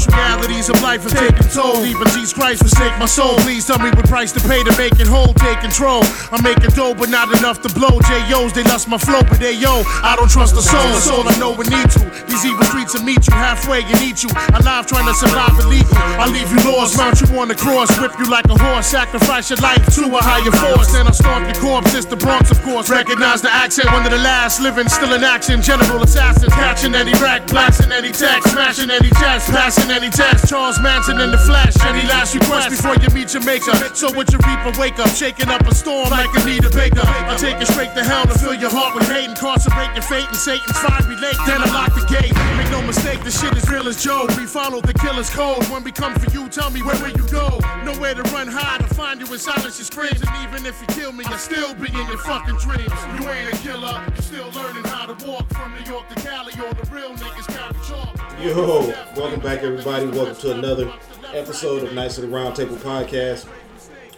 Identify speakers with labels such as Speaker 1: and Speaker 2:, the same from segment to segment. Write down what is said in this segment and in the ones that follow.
Speaker 1: phase of life is taking toll. Even Jesus Christ forsake my soul. Please tell me what price to pay to make it whole. Take control. I'm making dough, but not enough to blow. J.O.'s, they lost my flow, but they yo. I don't trust the soul. It's all I know we need to. These evil streets will meet you halfway and eat you. Alive trying to survive illegal. I leave you lost, mount you on the cross, whip you like a horse, sacrifice your life to a higher force. Then I stomp your corpse. It's the Bronx, of course. Recognize the accent, one of the last living, still in action. General assassins, catching any rack, blasting any text, smashing any chest, passing any text. Charles Manson in the flash, any last request before you meet your maker. So what you reap a wake up, shaking up a storm like Anita Baker. I take it straight to hell to fill your heart with hate, incarcerate your fate in Satan's fiery lake. Then I lock the gate. Make no mistake, the shit is real as Joe. We follow the killer's code. When we come for you, tell me where will you go? Nowhere to run hide, to find you in silence, you screams. And even if you kill me, I still be in your fucking dreams. You ain't a killer, you still learning how to walk from New York to Cali. You're the real niggas carry chalk.
Speaker 2: Yo, welcome back, everybody. Welcome to another episode of Nice of the Roundtable Podcast.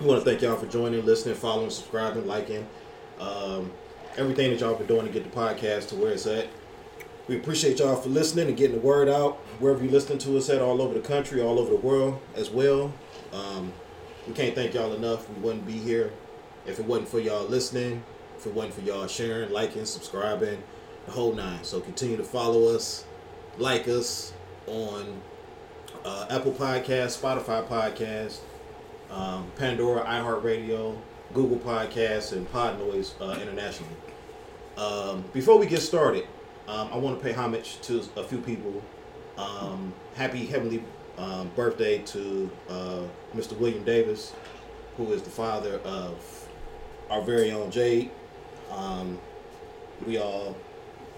Speaker 2: We want to thank y'all for joining, listening, following, subscribing, liking, um, everything that y'all been doing to get the podcast to where it's at. We appreciate y'all for listening and getting the word out wherever you listen to us at, all over the country, all over the world as well. Um, we can't thank y'all enough. We wouldn't be here if it wasn't for y'all listening, if it wasn't for y'all sharing, liking, subscribing, the whole nine. So continue to follow us, like us on uh, Apple Podcasts, Spotify Podcasts, um, Pandora, iHeartRadio, Google Podcasts, and Podnoise uh, internationally. Um, before we get started, um, I want to pay homage to a few people. Um, happy heavenly um, birthday to uh, Mr. William Davis, who is the father of our very own Jade. Um, we all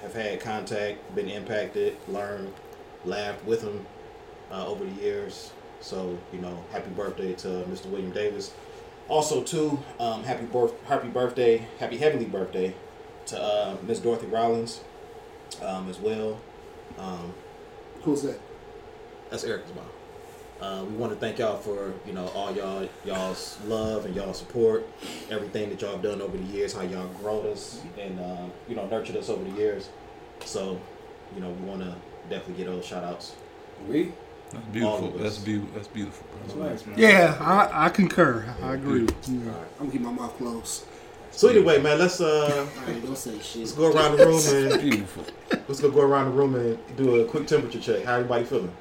Speaker 2: have had contact, been impacted, learned, laughed with him uh, over the years. So you know, happy birthday to Mr. William Davis. Also, too, um, happy birth, happy birthday, happy heavenly birthday to uh, Miss Dorothy Rollins um, as well. Um,
Speaker 3: Who's that?
Speaker 2: that's Erica's mom. Uh, we want to thank y'all for you know all y'all y'all's love and y'all support, everything that y'all have done over the years, how y'all grown us and uh, you know nurtured us over the years. So, you know, we want to definitely get those shout outs.
Speaker 4: We?
Speaker 5: That's
Speaker 2: All
Speaker 5: beautiful.
Speaker 2: of us.
Speaker 5: That's beautiful. That's beautiful, bro.
Speaker 3: Yeah, I, I concur. I agree. Yeah.
Speaker 4: Alright.
Speaker 3: I'm keeping my mouth closed.
Speaker 2: So anyway, man, let's uh
Speaker 3: Alright, don't say shit.
Speaker 2: let's go around the room and
Speaker 5: Beautiful.
Speaker 2: let's go go around the room and do a quick temperature check. How everybody feeling?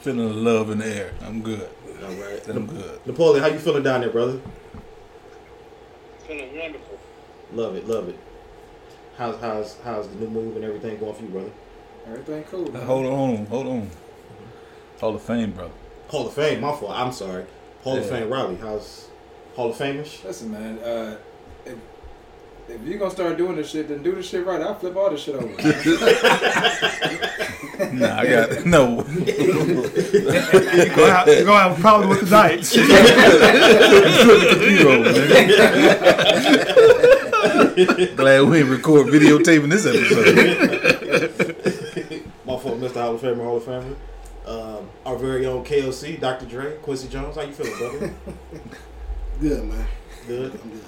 Speaker 5: Feeling the love in the air. I'm good.
Speaker 2: All right,
Speaker 5: I'm good.
Speaker 2: Napoleon, how you feeling down there, brother?
Speaker 6: Feeling wonderful.
Speaker 2: Love it, love it. How's how's how's the new move and everything going for you, brother?
Speaker 4: Everything cool.
Speaker 5: Uh,
Speaker 4: man.
Speaker 5: Hold on. Hold on. Hall of Fame, bro.
Speaker 2: Hall of Fame, my fault. I'm sorry. Hall of
Speaker 5: Yeah.
Speaker 2: Fame, Riley. How's Hall of Fameish?
Speaker 4: Listen, man. Uh, if if you gonna start doing this shit, then do this shit right. I'll flip all this shit over.
Speaker 5: Nah, I got no.
Speaker 3: You're gonna have, you're gonna have a problem with the diet.
Speaker 5: Zero, man. Glad we ain't record videotaping this episode.
Speaker 2: My fault, Mr. Hall of Famer, Hall of Famer. Um, our very own KLC, Dr. Dre, Quincy Jones. How you feeling, brother?
Speaker 3: Good man.
Speaker 2: Good.
Speaker 3: I'm good.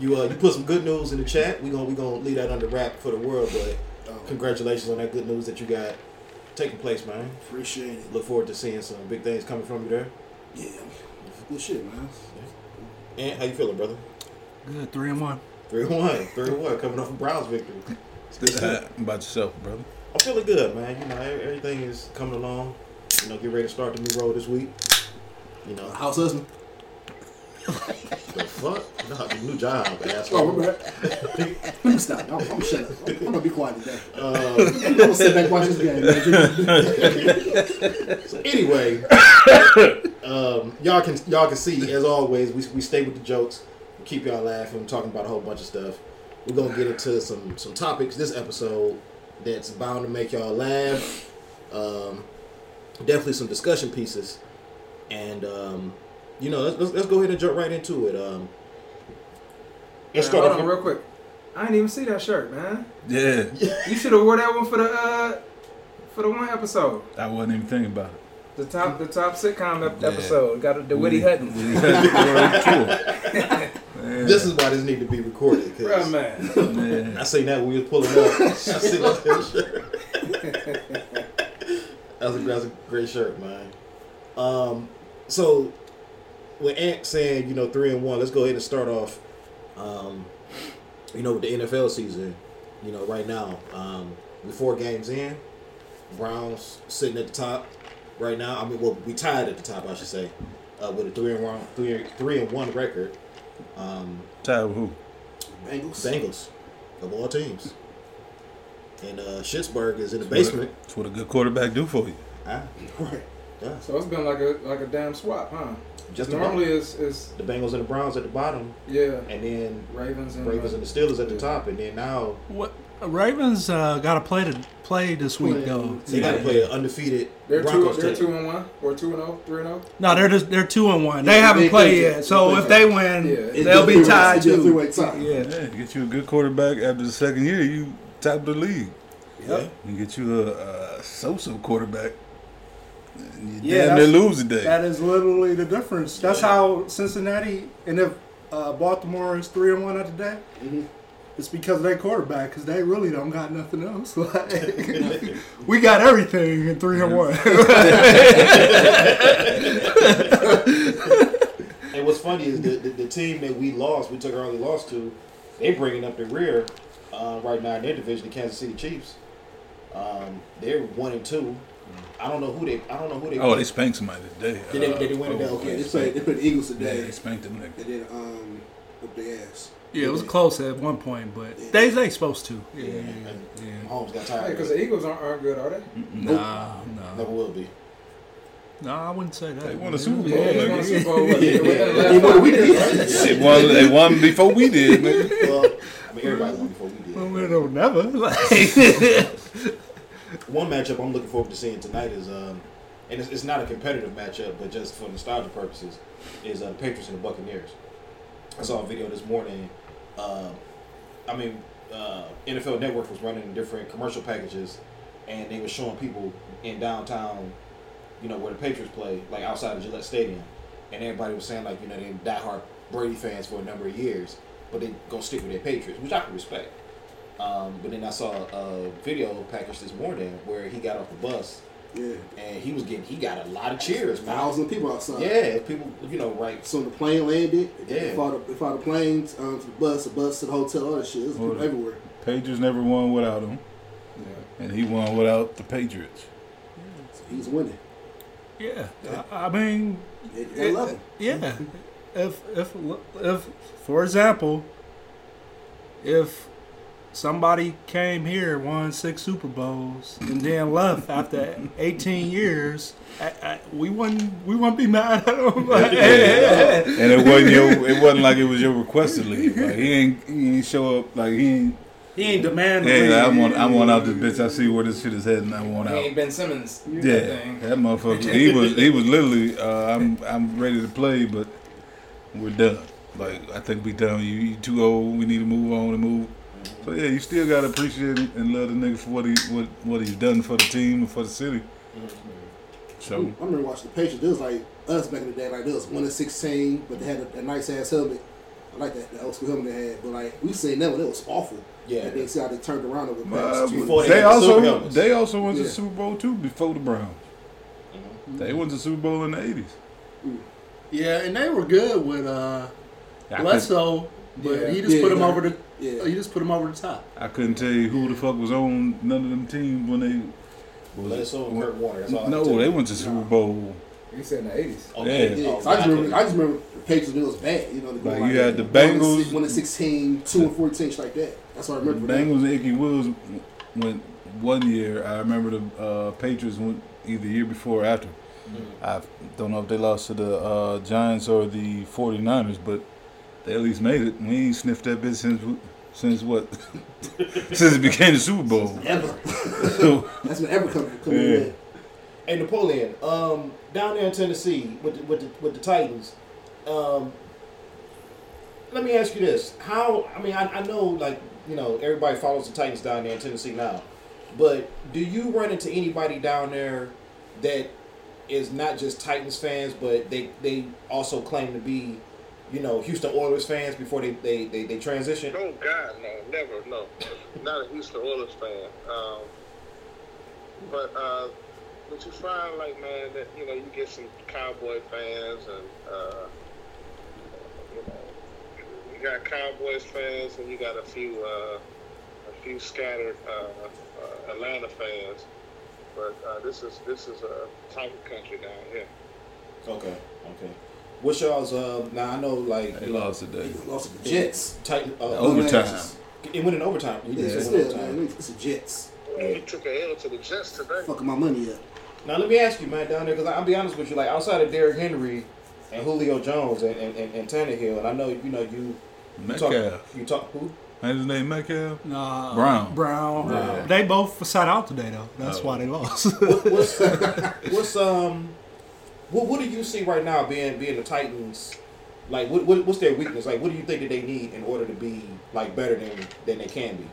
Speaker 2: You uh, you put some good news in the chat. We gonna we gonna leave that under wrap for the world, but
Speaker 3: Um,
Speaker 2: congratulations on that good news that you got taking place, man.
Speaker 3: appreciate it.
Speaker 2: Look forward to seeing some big things coming from you there.
Speaker 3: Yeah. Good shit, man.
Speaker 2: And how you feeling, brother?
Speaker 3: Good. Three and one.
Speaker 2: Three one, three one, coming off a Browns victory.
Speaker 5: Uh, about yourself, brother.
Speaker 2: I'm feeling good, man. You know, e- everything is coming along. You know, get ready to start the new road this week. You know,
Speaker 3: House husband.
Speaker 2: the fuck? No, the new job,
Speaker 3: Oh,
Speaker 2: asshole.
Speaker 3: my bad. Let me stop. I'm, I'm gonna shut up. I'm, I'm gonna be quiet today.
Speaker 2: Uh,
Speaker 3: I'm gonna sit back and watch this game. Man.
Speaker 2: so anyway, um, y'all can y'all can see as always we, we stay with the jokes, we keep y'all laughing, talking about a whole bunch of stuff. We're gonna get into some some topics this episode that's bound to make y'all laugh. Um, definitely some discussion pieces, and um, you know let's, let's let's go ahead and jump right into it. Um, let's
Speaker 4: Man,
Speaker 2: start
Speaker 4: hold
Speaker 2: off
Speaker 4: on,
Speaker 2: with-
Speaker 4: real quick. I didn't even see that shirt, man.
Speaker 5: Yeah,
Speaker 4: You should have wore that one for the uh, for the one episode,
Speaker 5: I wasn't even thinking about it.
Speaker 4: the top the top sitcom ep-
Speaker 5: Yeah.
Speaker 4: episode. Got the Whitty Hutton.
Speaker 5: Woody Hutton. Yeah.
Speaker 2: This is why this need to be recorded. 'cause
Speaker 4: Bruh, man.
Speaker 5: Yeah.
Speaker 2: I seen that when we was pulling up. I seen that shirt. I was a, that was a great shirt, man. Um, so with Ant saying, you know, three and one, let's go ahead and start off. Um, you know, with the NFL season, you know, right now, um, we four games in. Browns sitting at the top right now. I mean, well, we tied at the top, I should say, uh, with a three and one, three, three and one record. Um,
Speaker 5: Tied with who?
Speaker 2: Bengals. Bengals, of all teams. And uh, Schittsburg is in the basement.
Speaker 5: That's what a good quarterback do for you.
Speaker 2: Ah,
Speaker 4: Right.
Speaker 2: yeah.
Speaker 4: So it's been like a like a damn swap, huh?
Speaker 2: Just
Speaker 4: normally
Speaker 2: normally
Speaker 4: it's it's
Speaker 2: the Bengals and the Browns at the bottom,
Speaker 4: yeah.
Speaker 2: and then
Speaker 4: Ravens and uh,
Speaker 2: Ravens and the Steelers at the top, and then now
Speaker 3: What Ravens uh, got to play to play this week though.
Speaker 2: they got to play an undefeated
Speaker 4: They're
Speaker 2: Broncos
Speaker 4: two. They're
Speaker 2: team.
Speaker 4: two and one or two and zero, three and oh. zero.
Speaker 3: No, they're just they're two and one. They haven't
Speaker 7: they
Speaker 3: played
Speaker 7: play-
Speaker 3: yet, so
Speaker 7: they
Speaker 3: if
Speaker 7: play-
Speaker 3: they win,
Speaker 4: Yeah. It's
Speaker 3: they'll be
Speaker 7: It's
Speaker 3: tied
Speaker 7: a
Speaker 3: too.
Speaker 7: three-way tie.
Speaker 3: Yeah,
Speaker 5: Yeah, get you a good quarterback after the second year, you top of the league.
Speaker 2: Yeah.
Speaker 5: And get you a, a so-so quarterback, and you
Speaker 7: Yeah,
Speaker 5: damn near
Speaker 7: that's-
Speaker 5: lose today.
Speaker 7: That is literally the difference. That's how Cincinnati and if uh, Baltimore is three and one at the day,
Speaker 5: Mm-hmm.
Speaker 7: it's because of their quarterback. Because they really don't got nothing else. Like, we got everything in three and one.
Speaker 2: And what's funny is the, the, the team that we lost, we took our only loss to, they bringing up the rear uh, right now in their division, the Kansas City Chiefs. Um, they're one and
Speaker 4: Mm.
Speaker 2: two. I don't know who they. I don't know who they.
Speaker 5: oh, they spanked somebody today. Uh, oh,
Speaker 2: Did they- did they win today? Okay.
Speaker 8: Yeah, they played, they played the Eagles today.
Speaker 5: Yeah, they spanked them. Nigga.
Speaker 8: And then, um, up the ass.
Speaker 3: yeah, it was close at one point, but they they supposed to. Yeah,
Speaker 2: And Mahomes got tired.
Speaker 4: Because the Eagles aren't, aren't good, are they?
Speaker 3: nah, nah,
Speaker 2: Never will be.
Speaker 3: nah. I wouldn't say that.
Speaker 5: They won
Speaker 3: man.
Speaker 5: the Super Bowl.
Speaker 4: Yeah, they won the
Speaker 5: nigga.
Speaker 4: Super Bowl. what, within the last
Speaker 8: They won,
Speaker 4: five
Speaker 8: we
Speaker 4: years, right?
Speaker 8: did.
Speaker 5: Shit, won, they won before we did. Nigga.
Speaker 2: Well, I mean, everybody won before we
Speaker 3: Well,
Speaker 2: did.
Speaker 3: we don't never. Like,
Speaker 2: One matchup I'm looking forward to seeing tonight is, um, and it's, it's not a competitive matchup, but just for nostalgia purposes, is uh, the Patriots and the Buccaneers. I saw a video this morning. Uh, I mean, uh, NFL Network was running different commercial packages, and they were showing people in downtown, you know, where the Patriots play, like outside of Gillette Stadium, and everybody was saying like, you know, they diehard Brady fans for a number of years, but they gonna stick with their Patriots, which I can respect. Um, but then I saw a video package this morning where he got off the bus
Speaker 8: Yeah.
Speaker 2: and he was getting he got a lot of cheers, man.
Speaker 8: Thousand people outside.
Speaker 2: Yeah, people, you know, right?
Speaker 8: So when the plane landed,
Speaker 2: Yeah.
Speaker 8: yeah. fought the, fought the planes, um, to the bus, the bus to the hotel, all that shit. There's people
Speaker 5: Hold it.
Speaker 8: everywhere.
Speaker 5: Patriots never won without him, and he won without the Patriots.
Speaker 8: So he's winning.
Speaker 3: yeah, I, I mean,
Speaker 8: They, they
Speaker 3: It-
Speaker 8: love him.
Speaker 3: Yeah. If if if for example, if somebody came here won six Super Bowls and then left after 18 years, I, I, we wouldn't we wouldn't be mad at him. Like,
Speaker 5: and it wasn't your, it wasn't like it was your request to leave. Like he ain't he ain't show up like he ain't.
Speaker 3: He ain't demanding.
Speaker 5: Hey, I want I want out this bitch. I see where this shit is heading. I want
Speaker 4: He
Speaker 5: out.
Speaker 4: ain't Ben Simmons. You
Speaker 5: Yeah,
Speaker 4: know that thing.
Speaker 5: that motherfucker. He was he was literally. Uh, I'm I'm ready to play, but we're done. Like I think we done. You, you too old. We need to move on and move. So yeah, you still gotta appreciate and love the nigga for what he what what he's done for the team and for the city.
Speaker 8: I
Speaker 5: So
Speaker 8: remember watching the Patriots. There was like us back in the day, like there was one and sixteen, but they had a, a nice ass helmet. I like that, that old school helmet they had, but like we seen that one, it was awful.
Speaker 2: Yeah.
Speaker 8: And then see how they turned around over the
Speaker 5: uh,
Speaker 8: past two.
Speaker 2: Before
Speaker 5: they,
Speaker 2: they had the Super
Speaker 5: also
Speaker 2: Helmets.
Speaker 5: they also won the
Speaker 8: Yeah.
Speaker 5: Super Bowl too before the Browns.
Speaker 2: Mm-hmm.
Speaker 5: They won the Super Bowl in the eighties.
Speaker 3: Yeah, and they were good with uh, Bledsoe, but
Speaker 4: Yeah.
Speaker 3: he just put
Speaker 8: Yeah,
Speaker 3: him
Speaker 8: yeah.
Speaker 3: over the
Speaker 8: Yeah.
Speaker 3: he just put him over the top.
Speaker 5: I couldn't tell you who the fuck was on none of them teams when they
Speaker 2: Let us on
Speaker 5: when-
Speaker 2: Kurt Warner. That's all I
Speaker 5: No,
Speaker 2: can tell
Speaker 5: they
Speaker 2: you.
Speaker 5: went to Super Bowl.
Speaker 4: You said in the eighties.
Speaker 2: Okay.
Speaker 5: Yeah.
Speaker 8: Yeah,
Speaker 2: Oh,
Speaker 8: so I just
Speaker 2: I
Speaker 8: remember,
Speaker 2: couldn't-
Speaker 8: I just remember the Patriots. It was bad, you know. they go
Speaker 5: Like, you had the Bengals-
Speaker 8: one and sixteen, two and fourteen, shit like that. That's what I remember.
Speaker 5: The Bengals and Icky Wills went one year. I remember the uh, Patriots went either year before or after.
Speaker 3: Mm-hmm.
Speaker 5: I don't know if they lost to the uh, Giants or the 49ers, but they at least made it. We ain't sniffed that bit since we- since what? since it became the Super Bowl.
Speaker 8: Ever.
Speaker 5: So,
Speaker 8: That's when ever come come
Speaker 5: Yeah.
Speaker 8: in.
Speaker 2: Hey Napoleon, um, down there in Tennessee with the, with the, with the Titans, um, let me ask you this: How? I mean, I, I know like you know everybody follows the Titans down there in Tennessee now, but do you run into anybody down there that is not just Titans fans, but they they also claim to be, you know, Houston Oilers fans before they they they, they transition?
Speaker 6: Oh God, no, never, no. Not a Houston Oilers fan. Um, but uh, but you find like man that you know you get some cowboy fans and uh, you know you got Cowboys fans and you got a few uh, a few scattered uh, uh, Atlanta fans, but uh, this is this is a type of country down here.
Speaker 9: Okay, okay. What's y'all's? Uh, now I know like
Speaker 5: They lost today.
Speaker 8: Lost to the Jets.
Speaker 9: Titan uh,
Speaker 5: Overtime.
Speaker 8: Managers.
Speaker 9: It went in overtime. He
Speaker 8: Yeah,
Speaker 9: just
Speaker 8: it's
Speaker 9: went in
Speaker 8: still,
Speaker 9: overtime.
Speaker 8: man. It's the Jets.
Speaker 6: He took a L to the Jets today.
Speaker 8: Fucking my money up.
Speaker 9: Now let me ask you, man, down there, because I'll be honest with you, like outside of Derrick Henry and Julio Jones and, and, and, and Tannehill, and I know you know you you talk,
Speaker 5: Metcalf.
Speaker 9: you talk who?
Speaker 5: Ain't his name Metcalf?
Speaker 3: Nah,
Speaker 5: Brown.
Speaker 3: Brown.
Speaker 9: Brown.
Speaker 3: They both sat out today though. That's
Speaker 5: Oh.
Speaker 3: why they lost.
Speaker 9: What, what's what's um what what do you see right now being being the Titans? Like what, what what's their weakness? Like what do you think that they need in order to be like better than than they can be?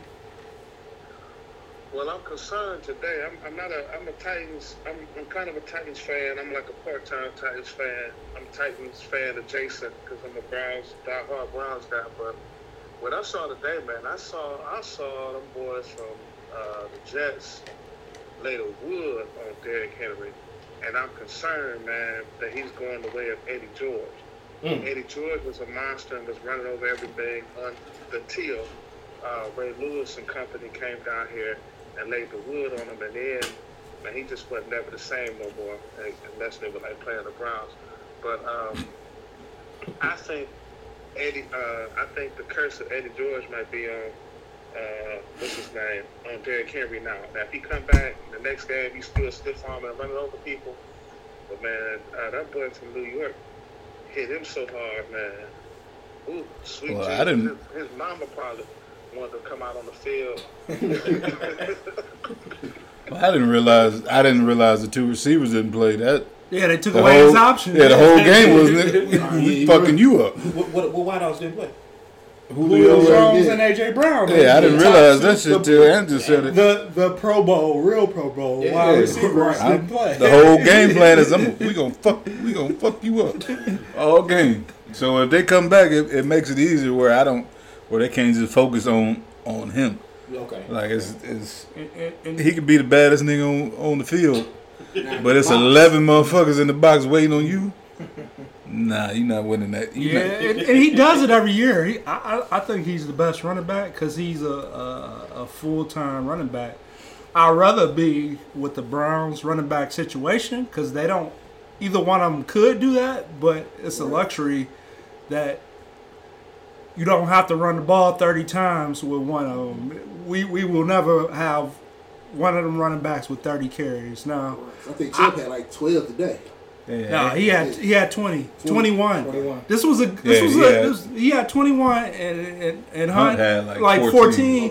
Speaker 6: Well, I'm concerned today. I'm, I'm not a. I'm a Titans. I'm, I'm kind of a Titans fan. I'm like a part-time Titans fan. I'm a Titans fan adjacent because I'm a Browns, diehard Browns guy. But what I saw today, man, I saw I saw them boys from uh, the Jets lay the wood on Derrick Henry, and I'm concerned, man, that he's going the way of Eddie George.
Speaker 5: Mm.
Speaker 6: Eddie George was a monster and was running over everything on the teal. Uh, Ray Lewis and company came down here and laid the wood on him, and then man, he just was never the same no more, eh, unless they were like playing the Browns. But um, I think Eddie, uh, I think the curse of Eddie George might be on uh, what's his name on Derrick Henry now. Now if he come back the next game, he's still stiff arming and running over people. But man, uh, that boy from New York hit him so hard, man. Ooh, sweet
Speaker 5: Well, I
Speaker 6: Jesus.
Speaker 5: didn't-
Speaker 6: His, his mama probably wanted to come out on the field.
Speaker 5: Well, I didn't realize I didn't realize the two receivers didn't play that.
Speaker 3: yeah, they took
Speaker 5: The
Speaker 3: away his
Speaker 5: whole-
Speaker 3: option.
Speaker 5: Yeah, the whole game was nigga, fucking you up.
Speaker 9: What what, what wideouts didn't play?
Speaker 5: Julio.
Speaker 10: Jones
Speaker 8: yeah.
Speaker 10: and AJ Brown.
Speaker 5: Yeah, I didn't
Speaker 10: The top
Speaker 5: realize
Speaker 10: two-
Speaker 5: that shit
Speaker 10: the-
Speaker 5: till Andrew said it.
Speaker 10: The the Pro Bowl, real Pro Bowl,
Speaker 9: Yeah.
Speaker 10: wide receivers
Speaker 5: I-
Speaker 10: didn't play.
Speaker 5: The whole game plan is I'm, we gonna fuck we gonna fuck you up all game. So if they come back, it, it makes it easier where I don't where they can't just focus on on him.
Speaker 9: Okay.
Speaker 5: Like it's, it's
Speaker 3: And- and- and-
Speaker 5: he could be the baddest nigga on, on the field,
Speaker 8: Nah,
Speaker 5: but it's
Speaker 8: Fox.
Speaker 5: eleven motherfuckers in the box waiting on you. Nah, you're not winning that. You
Speaker 3: Yeah,
Speaker 5: not-
Speaker 3: and, and he does it every year. He, I, I, I think he's the best running back because he's a, a, a full time running back. I'd rather be with the Browns running back situation because they don't, either one of them could do that, but it's a luxury that you don't have to run the ball 30 times with one of them. We, we will never have one of them running backs with 30 carries. Now,
Speaker 8: I think Chip had like 12 today.
Speaker 5: yeah.
Speaker 3: no, he had he had 20, 21.
Speaker 11: 21.
Speaker 3: This was a this
Speaker 5: Yeah,
Speaker 3: was
Speaker 5: he
Speaker 3: a
Speaker 5: had-
Speaker 3: this, he had 21 and and, and Hunt,
Speaker 5: Hunt had, like,
Speaker 3: like 14.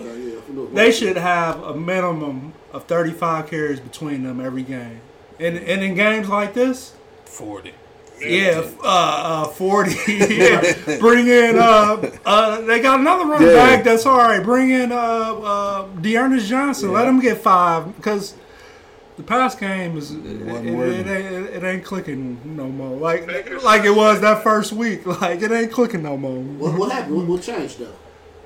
Speaker 5: 14.
Speaker 8: Okay, yeah. for the-
Speaker 3: They should have a minimum of 35 carries between them every game. And and in games like this,
Speaker 5: forty.
Speaker 3: yeah, uh, uh, 40. yeah. Bring in uh, uh they got another running
Speaker 5: Yeah.
Speaker 3: back that's all right. Bring in uh uh Dearness Johnson. Let him get 5 cuz the pass game is it, it,
Speaker 5: wasn't working.
Speaker 3: it, ain't, it ain't clicking no more. Like
Speaker 6: Baker's-
Speaker 3: like it was that first week. Like it ain't clicking no more.
Speaker 8: What, what happened? What, what changed though?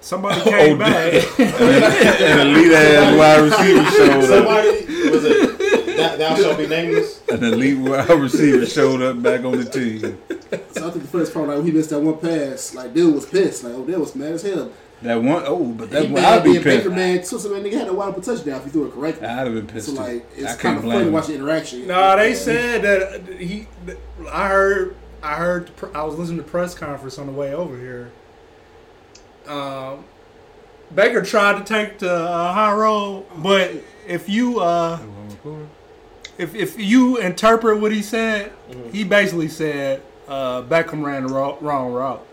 Speaker 3: Somebody came back.
Speaker 5: And Oh, elite ass wide receiver showed up.
Speaker 9: Somebody was it that thou shalt be nameless?
Speaker 5: An elite wide receiver showed up back on the team.
Speaker 8: So I think the first part, like, when he missed that one pass, like, dude was pissed. Like, oh, that was mad as hell.
Speaker 5: That one, oh, but that
Speaker 8: He
Speaker 5: one,
Speaker 8: mad
Speaker 5: I'd be
Speaker 8: being
Speaker 5: pissed.
Speaker 8: Baker man, too. So, man, nigga had a wide open touchdown if he threw it correctly.
Speaker 5: I'd have been
Speaker 8: so,
Speaker 5: pissed.
Speaker 8: like,
Speaker 5: too.
Speaker 8: it's
Speaker 5: I
Speaker 8: kind
Speaker 5: can't
Speaker 8: of funny to
Speaker 5: blame
Speaker 8: watch the
Speaker 5: him.
Speaker 8: interaction.
Speaker 3: No, they said that uh, he. I heard. I heard. the pr- I was listening to press conference on the way over here. Um, Baker tried to take the uh, high road, but if you uh, if if you interpret what he said, he basically said uh, Beckham ran the wrong, wrong route.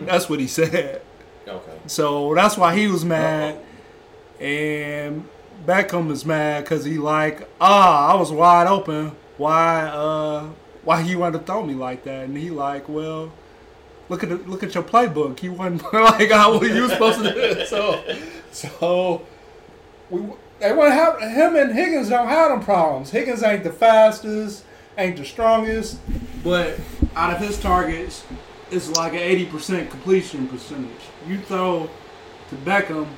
Speaker 3: That's what he said.
Speaker 9: Okay.
Speaker 3: So that's why he was mad. And Beckham is mad because he like, ah, I was wide open. Why, uh, why you want to throw me like that? And he like, well, look at the, look at your playbook. You wasn't like how you was supposed to do it. So, so we they want to have him and Higgins don't have them problems. Higgins ain't the fastest, ain't the strongest, but out of his targets, it's like an eighty percent completion percentage. You throw to Beckham,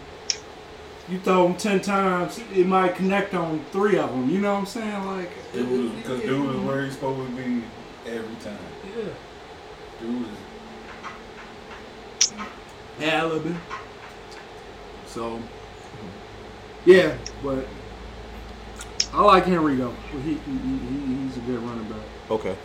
Speaker 3: you throw them ten times, it might connect on three of them. You know what I'm saying? Like,
Speaker 5: Dude was, because dude is where he's supposed to be every time.
Speaker 3: yeah,
Speaker 5: Dude is
Speaker 3: Alabama. So, yeah, but I like Henry though. He, he, he he's a good running back.
Speaker 2: Okay.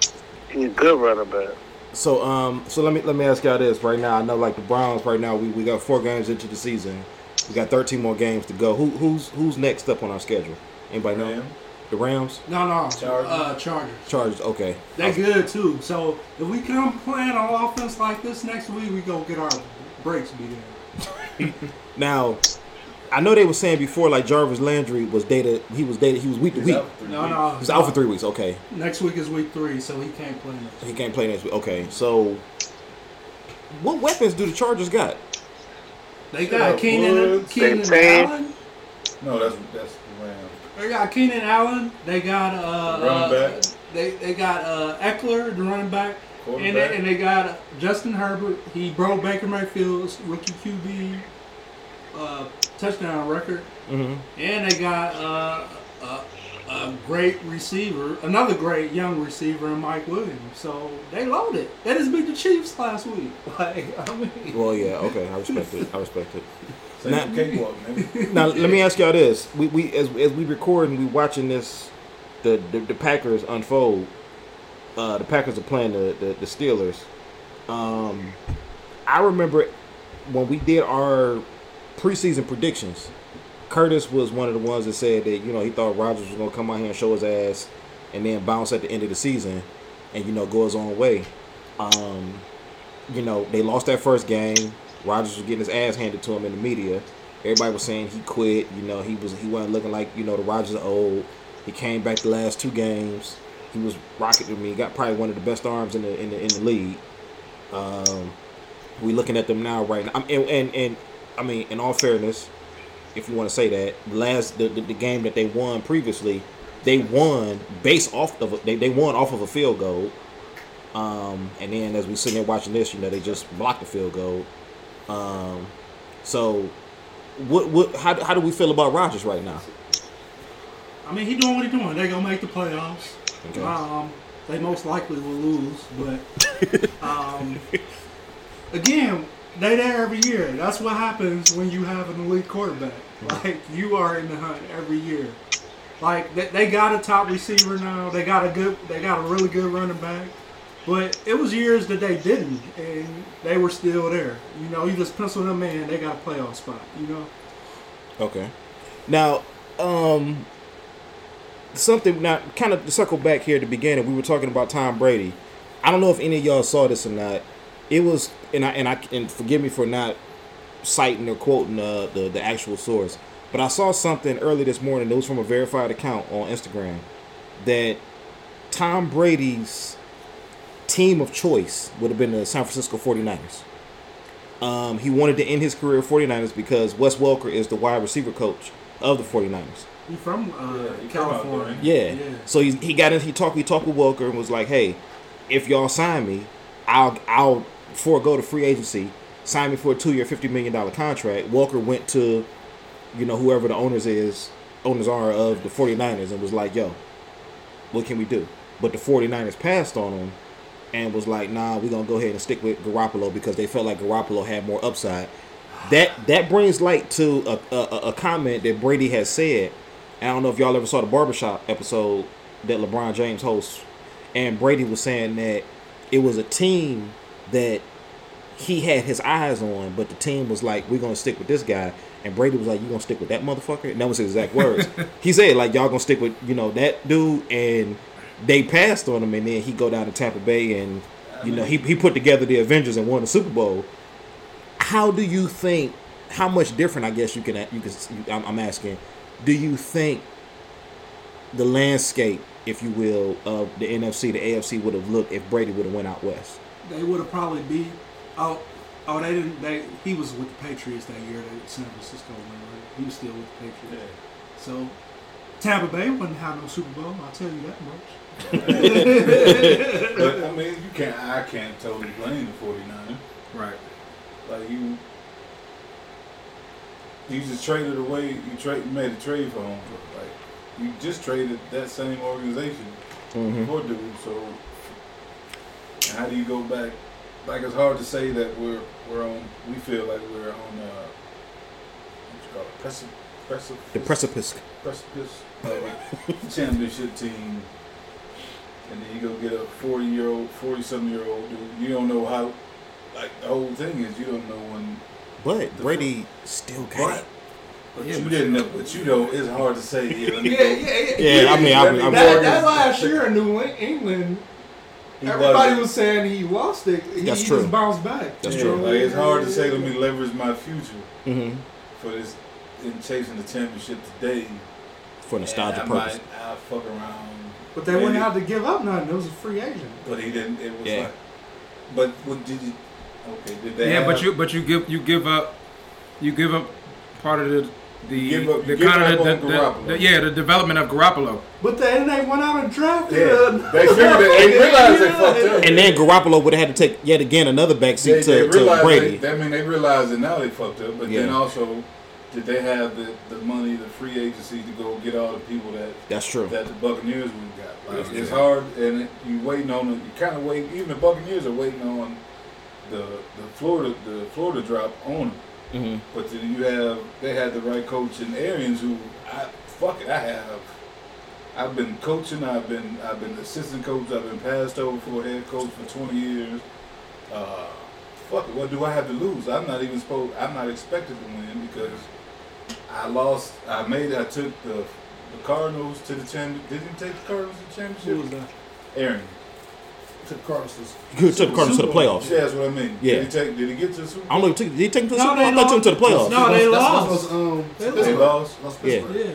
Speaker 6: He's a good running back.
Speaker 2: So um, so let me let me ask y'all this right now. I know like the Browns right now. We, we got four games into the season. We got 13 more games to go. Who who's who's next up on our schedule? Anybody know?
Speaker 5: Ram.
Speaker 2: The Rams,
Speaker 3: No, no, uh, Chargers.
Speaker 2: Chargers. Okay.
Speaker 3: They good too. So if we come playing on offense like this next week, we go get our breaks beat in.
Speaker 2: Now, I know they were saying before like Jarvis Landry was data. He was data. He was week to week. He
Speaker 3: No, no.
Speaker 2: was out for three weeks. Okay.
Speaker 3: Next week is week three, so he can't play next.
Speaker 2: He can't play next week. Okay. So, what weapons do the Chargers got?
Speaker 3: They got Keenan,
Speaker 5: Woods.
Speaker 3: Keenan
Speaker 6: They
Speaker 3: Allen.
Speaker 5: No, that's that's the Ram.
Speaker 3: They got Keenan Allen. They got uh,
Speaker 5: Running
Speaker 3: uh,
Speaker 5: back.
Speaker 3: they they got uh, Eckler, the running back, and
Speaker 5: Quarterback.
Speaker 3: they, and they got Justin Herbert. He broke Baker Mayfield's rookie QB uh, touchdown record,
Speaker 2: Mm-hmm.
Speaker 3: and they got uh, a, a great receiver, another great young receiver in Mike Williams. So they loaded. They just beat the Chiefs last week. Like I mean,
Speaker 2: Well, yeah. Okay. I respect it. I respect it.
Speaker 5: Say
Speaker 2: Now-
Speaker 5: the cakewalk, nigga.
Speaker 2: Now, let me ask y'all this: We, we as as we record and we watching this, the the, the Packers unfold. Uh, the Packers are playing the the, the Steelers. Um, I remember when we did our preseason predictions. Curtis was one of the ones that said that you know he thought Rodgers was gonna come out here and show his ass, and then bounce at the end of the season, and you know go his own way. Um, you know, they lost that first game. Rodgers was getting his ass handed to him in the media. Everybody was saying he quit. You know, he was he wasn't looking like you know the Rodgers of old. He came back the last two games. He was rocket with me. Got probably one of the best arms in the in the in the league. Um, we looking at them now, right now. I'm, and, and and I mean, in all fairness, if you want to say that, the last the, the, the game that they won previously, they won based off of a, they they won off of a field goal. Um, and then as we sitting there watching this, you know, they just blocked the field goal. Um, so what what how, how do we feel about Rogers right now?
Speaker 3: I mean he doing what he doing. They gonna make the playoffs.
Speaker 2: Okay.
Speaker 3: Um, they most likely will lose, but um, again, they there every year. That's what happens when you have an elite quarterback. Like you are in the hunt every year. Like they, they got a top receiver now. They got a good. They got a really good running back. But it was years that they didn't, and they were still there. You know, you just pencil them in. They got a playoff spot. You know.
Speaker 2: Okay. Now, um, something now kind of to circle back here at the beginning. We were talking about Tom Brady. I don't know if any of y'all saw this or not. It was and I and I and forgive me for not citing or quoting uh, the the actual source, but I saw something early this morning. It was from a verified account on Instagram that Tom Brady's team of choice would have been the San Francisco 49ers. Um, he wanted to end his career at 49ers because Wes Welker is the wide receiver coach of the 49ers.
Speaker 3: You from uh,
Speaker 5: you from out
Speaker 3: California?
Speaker 2: Yeah.
Speaker 3: Yeah.
Speaker 2: So he, he got in, he talked, he talked with Welker and was like, hey, if y'all sign me, I'll, I'll forego the free agency, sign me for a two year, $50 million contract. Welker went to, you know, whoever the owners is, owners are of the 49ers and was like, yo, what can we do? But the 49ers passed on him and was like, nah, we're going to go ahead and stick with Garoppolo because they felt like Garoppolo had more upside. That that brings light to a, a, a comment that Brady has said. And I don't know if y'all ever saw the barbershop episode that LeBron James hosts. And Brady was saying that it was a team that he had his eyes on, but the team was like, we're going to stick with this guy. And Brady was like, you going to stick with that motherfucker? And that was his exact words. he said, like, y'all going to stick with, you know, that dude. And they passed on him. And then he go down to Tampa Bay and, you know, he, he put together the Avengers and won the Super Bowl. How do you think, how much different, I guess you can, you can, I'm, I'm asking, do you think the landscape, if you will, of the NFC, the AFC would have looked if Brady would have went out west?
Speaker 3: They would have probably beat. Oh, oh, they didn't. They he was with the Patriots that year. That San Francisco won. Right? He was still with the Patriots. So Tampa Bay wouldn't have no Super Bowl. I'll tell you that much.
Speaker 5: But I mean, you can't. I can't totally blame the 49ers.
Speaker 3: Right.
Speaker 5: Like you, You just traded away. You trade made a trade for him. Like you just traded that same organization for dude. So how do you go back? Like it's hard to say that we're we're on. We feel like we're on. Uh, what you call it? Precipice.
Speaker 2: The precipice.
Speaker 5: precipice of championship team, and then you go get a forty-year-old, forty-something-year-old dude. You don't know how. Like the whole thing is, you don't know when.
Speaker 2: But Brady still got it.
Speaker 5: But you didn't know. But you know, it's hard to say. Yeah, let me
Speaker 11: Yeah,
Speaker 5: go.
Speaker 11: yeah, yeah.
Speaker 2: Yeah, I mean, I'm, I'm
Speaker 11: That, that last year in New England,
Speaker 5: He
Speaker 11: everybody
Speaker 5: wasn't.
Speaker 11: was saying he lost it. He
Speaker 2: That's
Speaker 11: just
Speaker 2: true.
Speaker 11: bounced back.
Speaker 2: That's
Speaker 5: Yeah,
Speaker 2: true.
Speaker 5: Like it's hard to say. Let me leverage my future
Speaker 2: hmm
Speaker 5: for this in chasing the championship today.
Speaker 2: for nostalgia
Speaker 5: And I
Speaker 2: purpose.
Speaker 5: might, I'll fuck around.
Speaker 11: But they wouldn't have to give up nothing. It was a free agent.
Speaker 5: But he didn't. It was
Speaker 2: Yeah.
Speaker 5: like. But what did you? Okay, did they?
Speaker 4: Yeah,
Speaker 5: have,
Speaker 4: but you but you give you give up you give up part of the the
Speaker 5: Give up-
Speaker 4: the
Speaker 5: give
Speaker 4: kind
Speaker 5: up
Speaker 4: of the,
Speaker 5: on
Speaker 4: the,
Speaker 5: Garoppolo.
Speaker 4: the- yeah the development of Garoppolo.
Speaker 11: But then they went out and drafted him.
Speaker 5: Yeah, they figured it. They realized they fucked up.
Speaker 2: And then Garoppolo would have had to take yet again another backseat to, to
Speaker 5: realized
Speaker 2: Brady.
Speaker 5: They, I mean, they realized that now they fucked up, but then
Speaker 2: Yeah.
Speaker 5: also, did they have the, the money, the free agency to go get all the people that
Speaker 2: That's true.
Speaker 5: that the Buccaneers we got? Like, it's hard, and it, you waiting on it. You kind of wait. Even the Buccaneers are waiting on the the Florida the Florida drop on them.
Speaker 2: Mhm.
Speaker 5: But then you have they had the right coach in Arians, who I fuck it, I have. I've been coaching. I've been I've been assistant coach. I've been passed over for a head coach for 20 years. Uh, fuck it. What do I have to lose? I'm not even supposed. I'm not expected to win because I lost. I made. I took the the Cardinals to the championship. Didn't he take the Cardinals to the championship? Who was that? Aaron.
Speaker 8: to the Cardinals.
Speaker 2: Good took the Cardinals to the playoffs.
Speaker 5: Yeah, that's what I mean.
Speaker 2: Yeah.
Speaker 5: Did he, take, did he get to the Super
Speaker 2: I
Speaker 5: Bowl?
Speaker 2: don't know. Did he take him to the
Speaker 3: No,
Speaker 2: Super Bowl?
Speaker 3: they
Speaker 2: I thought he took him to the playoffs.
Speaker 3: No,
Speaker 8: That's
Speaker 3: they lost.
Speaker 8: um,
Speaker 5: They lost.
Speaker 8: lost
Speaker 2: Yeah.
Speaker 8: Pittsburgh.
Speaker 3: Yeah.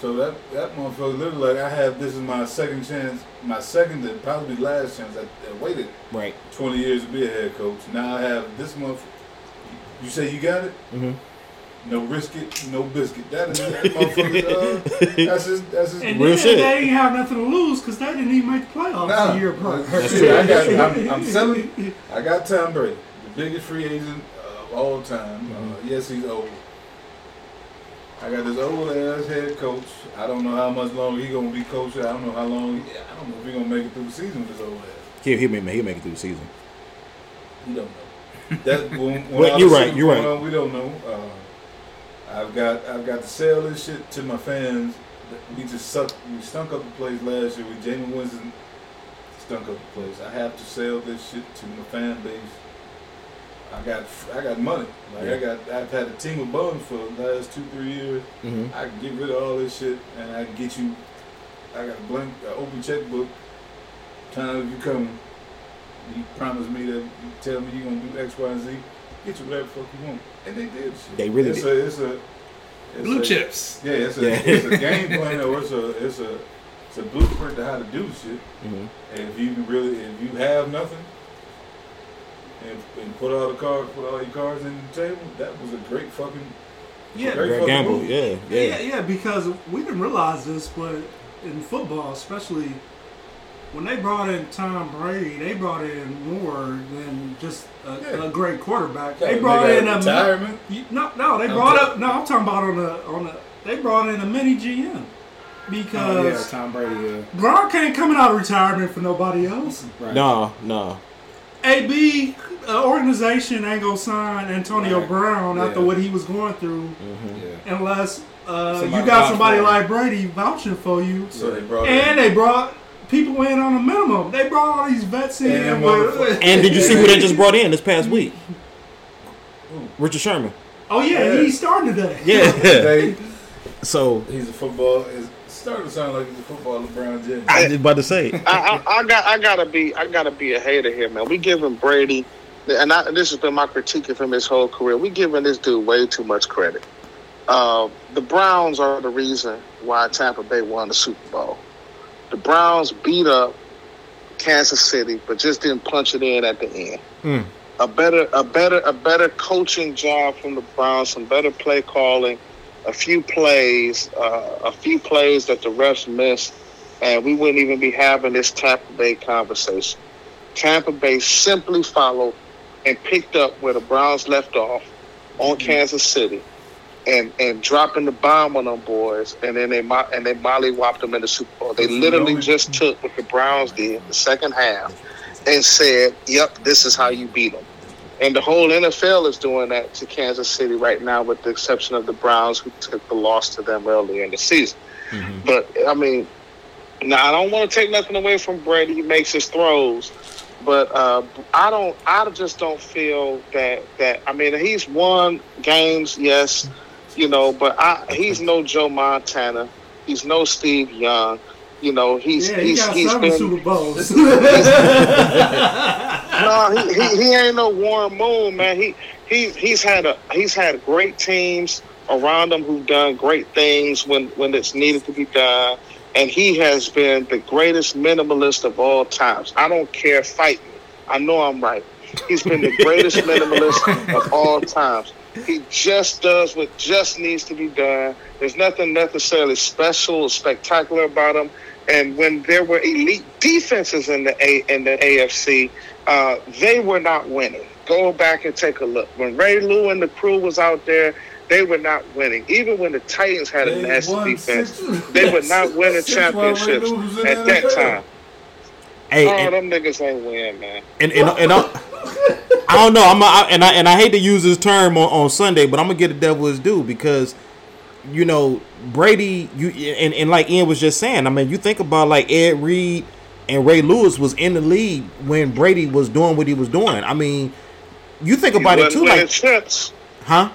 Speaker 5: So that that motherfucker looked like I have. This is my second chance. My second and probably last chance. I, I waited
Speaker 2: Right.
Speaker 5: 20 years to be a head coach. Now I have this month. You say you got it?
Speaker 2: Mhm.
Speaker 5: No risk it, no biscuit. That is that motherfucker's, uh, That's his. That's his.
Speaker 3: And
Speaker 2: Real
Speaker 3: then
Speaker 2: shit.
Speaker 3: they ain't have nothing to lose because they didn't even make the playoffs
Speaker 5: Nah.
Speaker 3: a year apart.
Speaker 5: That's
Speaker 2: true.
Speaker 5: I got, I'm, I'm selling. I got Tom Brady, the biggest free agent of all time. Uh, yes, he's old. I got this old ass head coach. I don't know how much longer he gonna be coaching. I don't know how long. I don't know if he gonna make it through the season with this old ass.
Speaker 2: He'll, he'll, make, he'll make it through the season.
Speaker 5: You don't know. That's when, when
Speaker 2: Well,
Speaker 5: all
Speaker 2: you're
Speaker 5: the
Speaker 2: right,
Speaker 5: shit
Speaker 2: you're
Speaker 5: going
Speaker 2: right.
Speaker 5: On, we don't know. Uh, I've got I've got to sell this shit to my fans. We just sucked. We stunk up the place last year with Jamie Winston. Stunk up the place. I have to sell this shit to my fan base. I got I got money. Like I got I've had a team of bums for the last two three years.
Speaker 2: Mm-hmm.
Speaker 5: I can get rid of all this shit and I can get you. I got a blank, an open checkbook. Time if you come, you promise me that you tell me you're gonna do X, Y, and Z. Get you whatever the fuck you want, and they did. Shit.
Speaker 2: They really
Speaker 5: it's
Speaker 2: did.
Speaker 5: A, it's a it's
Speaker 4: Blue
Speaker 5: a,
Speaker 4: chips.
Speaker 5: Yeah, it's a,
Speaker 2: Yeah.
Speaker 5: it's a game plan or it's a it's a it's a blueprint to how to do shit.
Speaker 2: Mhm.
Speaker 5: And if you can really, if you have nothing. And, and put all the cards, put all your cards in the table. That was a great fucking,
Speaker 3: Yeah.
Speaker 5: great
Speaker 2: Greg
Speaker 5: fucking
Speaker 2: Gamble.
Speaker 5: move.
Speaker 2: Yeah, yeah.
Speaker 3: Yeah, yeah, because we didn't realize this, but in football, especially when they brought in Tom Brady, they brought in more than just a,
Speaker 5: Yeah.
Speaker 3: a great quarterback.
Speaker 5: Gotta
Speaker 3: They brought
Speaker 5: make
Speaker 3: in
Speaker 5: out
Speaker 3: a
Speaker 5: of retirement.
Speaker 3: You- no, no, they
Speaker 4: I'm
Speaker 3: brought
Speaker 4: good.
Speaker 3: up. No, I'm talking about on the on the. They brought in a mini GM
Speaker 4: Oh, yeah,
Speaker 3: because
Speaker 4: Tom Brady.
Speaker 3: Gronk ain't coming out of retirement for nobody else.
Speaker 4: Yeah, right.
Speaker 2: Oh, No, no.
Speaker 3: AB uh, organization ain't gonna sign Antonio
Speaker 4: Right.
Speaker 3: Brown after
Speaker 4: Yeah.
Speaker 3: what he was going through
Speaker 4: Yeah.
Speaker 3: unless uh,
Speaker 4: Somebody
Speaker 3: you got
Speaker 4: vouch
Speaker 3: somebody
Speaker 4: for him.
Speaker 3: like Brady vouching for you.
Speaker 5: So they brought in-
Speaker 3: And they brought people in on a minimum. They brought all these vets in.
Speaker 5: And
Speaker 3: with-
Speaker 5: motherfucker-
Speaker 2: And did you see who they just brought in this past week? Richard Sherman.
Speaker 3: oh yeah, he started today.
Speaker 2: Yeah.
Speaker 5: They-
Speaker 2: so
Speaker 5: He's a football. It's starting to sound like he's a football LeBron James.
Speaker 2: I was just about to say.
Speaker 6: I, I, I got I gotta be I gotta be a hater here, man. We giving Brady, and I, this has been my critique of him his whole career. We giving this dude way too much credit. Uh, the Browns are the reason why Tampa Bay won the Super Bowl. The Browns beat up Kansas City, but just didn't punch it in at the end.
Speaker 2: Mm.
Speaker 6: A better a better a better coaching job from the Browns, some better play calling, a few plays, uh, a few plays that the refs missed and we wouldn't even be having this Tampa Bay conversation. Tampa Bay simply followed and picked up where the Browns left off on Kansas City. and and dropping the bomb on them boys, and then they mo- and they mollywopped them in the Super Bowl. They literally just took what the Browns did in the second half and said, "Yep, this is how you beat them." And the whole NFL is doing that to Kansas City right now, with the exception of the Browns, who took the loss to them earlier in the season. But I mean, now I don't want to take nothing away from Brady. He makes his throws, but uh, I don't. I just don't feel that that. I mean, he's won games, yes, you know, but I he's no Joe Montana. He's no Steve Young. You know, he's
Speaker 10: Yeah, he
Speaker 6: he's
Speaker 10: got
Speaker 6: he's
Speaker 10: seven
Speaker 6: been
Speaker 10: Super Bowls.
Speaker 6: no, he, he, he ain't no Warren Moon, man. He he he's had a he's had great teams around him who've done great things when when it's needed to be done, and he has been the greatest minimalist of all times. I don't care, fight me. I know I'm right. He's been the greatest minimalist of all times. He just does what just needs to be done. There's nothing necessarily special or spectacular about him. And when there were elite defenses in the A in the AFC, uh, they were not winning. Go back and take a look. When Ray Lou and the crew was out there, they were not winning. Even when the Titans had a nasty defense, they were not winning
Speaker 5: Six while Ray
Speaker 6: championships
Speaker 5: Lou was in
Speaker 6: at
Speaker 5: the
Speaker 6: that
Speaker 5: NFL.
Speaker 6: time.
Speaker 2: Hey,
Speaker 6: oh,
Speaker 2: and-
Speaker 6: them niggas ain't win, man.
Speaker 2: and and and I, I don't know. I'm a, I, and I and I hate to use this term on, on Sunday, but I'm gonna get the devil his due because you know Brady. You and and like Ian was just saying. I mean, you think about like Ed Reed and Ray Lewis was in the lead when Brady was doing what he was doing. I mean, you think about
Speaker 6: he
Speaker 2: it
Speaker 6: wasn't
Speaker 2: too,
Speaker 6: winning
Speaker 2: like
Speaker 6: trips.
Speaker 2: huh?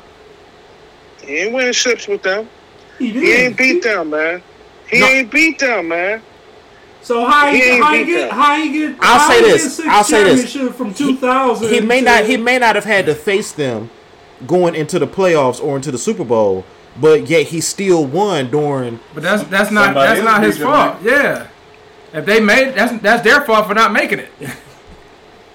Speaker 6: He ain't winning ships with them.
Speaker 10: He,
Speaker 6: ain't beat them, man. He ain't beat them, man.
Speaker 3: So how
Speaker 6: He
Speaker 3: he,
Speaker 6: ain't
Speaker 3: how he
Speaker 6: beat
Speaker 3: get
Speaker 6: that.
Speaker 3: how he get?
Speaker 2: I'll
Speaker 3: how
Speaker 2: say
Speaker 3: he get
Speaker 2: this.
Speaker 3: six
Speaker 2: I'll say this.
Speaker 3: championship From two thousand,
Speaker 2: He may not he may not have had to face them going into the playoffs or into the Super Bowl, but yet he still won during.
Speaker 4: But that's that's not
Speaker 5: Somebody
Speaker 4: that's not
Speaker 5: else
Speaker 4: his
Speaker 5: beat them,
Speaker 4: fault. Yeah. If they made that's that's their fault for not making it.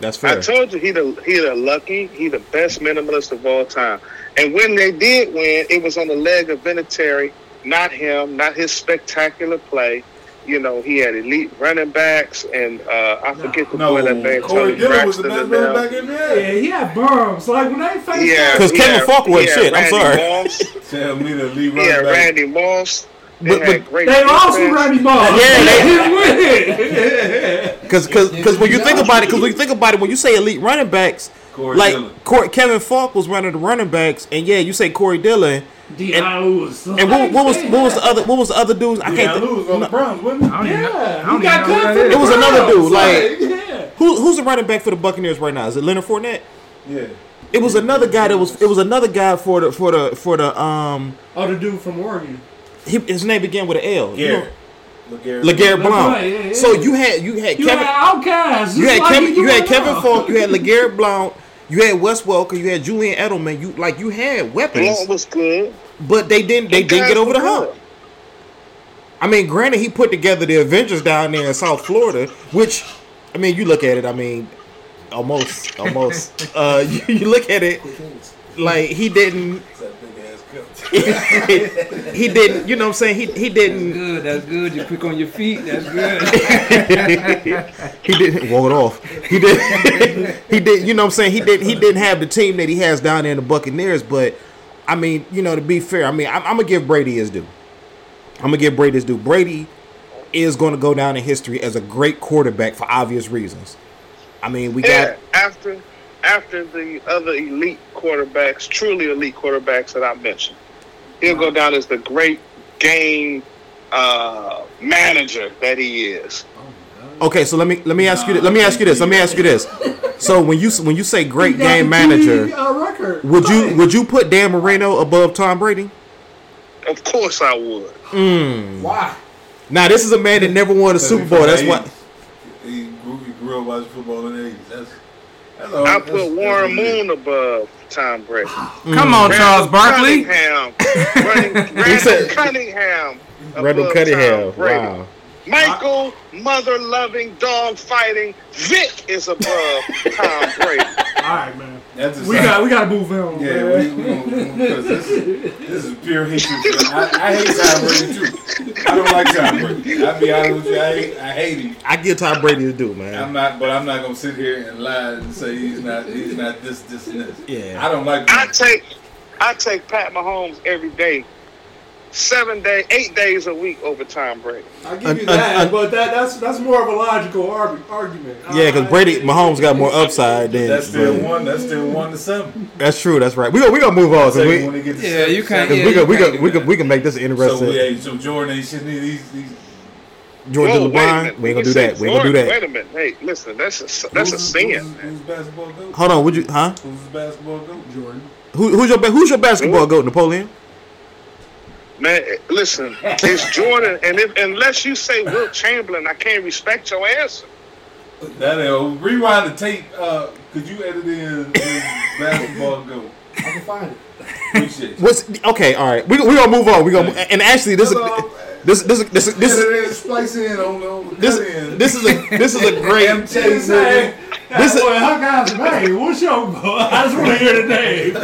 Speaker 2: That's
Speaker 6: I told you he the he the lucky, he the best minimalist of all time. And when they did win, it was on the leg of Vinatieri, not him, not his spectacular play. You know, he had elite running backs, and uh, I forget the boy that made Tony
Speaker 5: Corey Dillon was the
Speaker 6: Braxton
Speaker 5: best
Speaker 6: and them.
Speaker 5: running back in
Speaker 3: Yeah,
Speaker 5: there.
Speaker 3: he had bombs. Like when they faced
Speaker 6: Yeah,
Speaker 3: yeah.
Speaker 2: Because
Speaker 6: yeah,
Speaker 2: Kevin Falk was
Speaker 6: yeah,
Speaker 2: shit. I'm
Speaker 6: Randy
Speaker 2: sorry.
Speaker 6: Moss.
Speaker 5: Tell me the lead running
Speaker 6: yeah,
Speaker 5: back.
Speaker 6: Randy Moss. They
Speaker 2: But-
Speaker 6: had
Speaker 2: but-
Speaker 6: great
Speaker 3: they also
Speaker 6: defense.
Speaker 3: ran the ball.
Speaker 2: Yeah,
Speaker 3: they
Speaker 2: they-
Speaker 3: didn't win.
Speaker 2: Because because when you think about it, because when you think about it, when you say elite running backs,
Speaker 5: Corey Dillon.
Speaker 2: like Cor- Kevin Falk was running the running backs, and yeah, you say Corey Dillon,
Speaker 3: Deion Lewis.
Speaker 2: and what, what was what was the other what was the other dude? I
Speaker 5: Yeah,
Speaker 2: can't.
Speaker 5: Lou
Speaker 2: Think,
Speaker 5: was on the Browns, wasn't
Speaker 4: I don't even know. I
Speaker 3: Yeah,
Speaker 4: don't
Speaker 3: he got
Speaker 4: even know
Speaker 3: cut
Speaker 4: who that
Speaker 3: for the
Speaker 2: It was
Speaker 4: is.
Speaker 2: another dude,
Speaker 3: Browns,
Speaker 2: like-
Speaker 3: yeah.
Speaker 2: who who's the running back for the Buccaneers right now? Is it Leonard Fournette?
Speaker 5: he? Yeah.
Speaker 2: It was another guy that was it was another guy for the for the for the um
Speaker 3: Oh, the dude from Oregon.
Speaker 2: he, his name began with an L. You know,
Speaker 5: Garrett. LeGarrette.
Speaker 2: LeGarrette
Speaker 3: yeah, yeah, yeah.
Speaker 2: Blount. So you had you had
Speaker 3: You
Speaker 2: Kevin
Speaker 3: had outcasts.
Speaker 2: You
Speaker 3: just
Speaker 2: had
Speaker 3: like
Speaker 2: Kevin.
Speaker 3: do
Speaker 2: You had
Speaker 3: right
Speaker 2: Kevin
Speaker 3: now.
Speaker 2: Falk. You had Legarrette Blount. You had Wes Welker. You had Julian Edelman. You like you had
Speaker 6: Blunt
Speaker 2: weapons,
Speaker 6: was good.
Speaker 2: but they didn't. They didn't get over the hump. I mean, granted, he put together the Avengers down there in South Florida, which, I mean, you look at it. I mean, almost, almost. uh, you, you look at it like he didn't. he didn't. You know what I'm saying? He he didn't.
Speaker 4: Good, that's good. You're quick on your feet. That's good.
Speaker 2: he didn't walk it off. He did. he did. You know what I'm saying? He did. He didn't have the team that he has down there in the Buccaneers. But I mean, you know, to be fair, I mean, I'm, I'm gonna give Brady his due. I'm gonna give Brady his due. Brady is gonna go down in history as a great quarterback for obvious reasons. I mean, we
Speaker 6: Yeah,
Speaker 2: got
Speaker 6: after after the other elite quarterbacks, truly elite quarterbacks that I mentioned, he'll go down as the great game uh, manager that he is.
Speaker 2: okay. So let me let me ask you. thi- Let me ask you this. Let me ask you this. So when you when you say
Speaker 10: He
Speaker 2: great
Speaker 10: got
Speaker 2: game
Speaker 10: the
Speaker 2: manager,
Speaker 10: TV, Uh, record.
Speaker 2: would you would you put Dan Marino above Tom Brady? Hmm.
Speaker 6: Of course, I would.
Speaker 8: Why?
Speaker 2: Now this is a man that never won a Super Bowl. That's why.
Speaker 5: He grew, he grew up watching football in the 80s. That's, that's all.
Speaker 6: I
Speaker 5: that's-
Speaker 6: put
Speaker 5: that's
Speaker 6: Warren
Speaker 5: what it is.
Speaker 6: Moon above Tom Brady.
Speaker 4: Come on, Charles Barkley.
Speaker 6: Cunningham, running, Randall
Speaker 2: said-
Speaker 6: Cunningham,
Speaker 2: Randall
Speaker 6: above
Speaker 2: Cunningham.
Speaker 6: Tom Brady.
Speaker 2: Wow.
Speaker 6: Michael, mother loving, dog fighting, Vic is above Tom Brady.
Speaker 3: All right, man.
Speaker 5: That's just
Speaker 3: We
Speaker 5: like-
Speaker 3: got we got to move on.
Speaker 5: Yeah,
Speaker 3: man.
Speaker 5: we, we, gonna- because this, is- this is pure hatred. for- I, I hate Tom Brady too. I don't like Tom Brady. I'll be honest with you. I hate, I hate him.
Speaker 2: I give Tom Brady his due, man.
Speaker 5: I'm not, but I'm not gonna sit here and lie and say he's not, he's not this, this, and this.
Speaker 2: Yeah.
Speaker 5: I don't like.
Speaker 6: I
Speaker 5: Tom.
Speaker 6: take I take Pat Mahomes every day, seven day, eight days a week over Tom Brady.
Speaker 11: I give you that, but that, that's that's more of a logical arg- argument.
Speaker 2: Yeah, because Brady Mahomes got more upside than
Speaker 5: That's still
Speaker 2: Brady.
Speaker 5: one. That's still one to seven.
Speaker 2: That's true. That's right. We gonna we gonna move on. 'cause
Speaker 5: Say
Speaker 2: we,
Speaker 5: when it gets to
Speaker 4: Yeah,
Speaker 5: seven,
Speaker 4: you can't.
Speaker 2: Cause
Speaker 4: Yeah,
Speaker 2: we
Speaker 4: you
Speaker 2: could, we
Speaker 4: can't
Speaker 2: could,
Speaker 4: do
Speaker 2: we
Speaker 4: that.
Speaker 2: could, we could make this interesting.
Speaker 5: So, yeah, so Jordan ain't shouldn't need these. these
Speaker 2: Jordan
Speaker 6: Whoa,
Speaker 2: to LeBron,
Speaker 6: minute.
Speaker 2: we ain't gonna
Speaker 6: You
Speaker 2: do
Speaker 6: said
Speaker 2: that. We ain't gonna do that.
Speaker 6: Florida. Wait a minute. Hey, listen, that's a that's a
Speaker 5: who's-
Speaker 6: sin.
Speaker 5: Who's, who's basketball goat?
Speaker 2: Hold on, would you? Huh?
Speaker 5: Who's the basketball goat? Jordan.
Speaker 2: Who, who's your ba- who's your basketball goat, Napoleon?
Speaker 6: Man, listen, it's Jordan, and if, unless you say Will Chamberlain, I can't respect your answer.
Speaker 5: That is, rewind the tape. Uh, could you edit in his basketball goat?
Speaker 8: I can find it.
Speaker 5: Appreciate you.
Speaker 2: What's okay? All right, we we gonna move on. We gonna and actually this is this this is- this is- this is
Speaker 5: Edit in, splice in on the
Speaker 2: this
Speaker 5: cut in.
Speaker 2: this is a this is a great
Speaker 5: MJ nigga.
Speaker 2: this is
Speaker 3: How guys, hey, what's your boy? I just want to hear the name.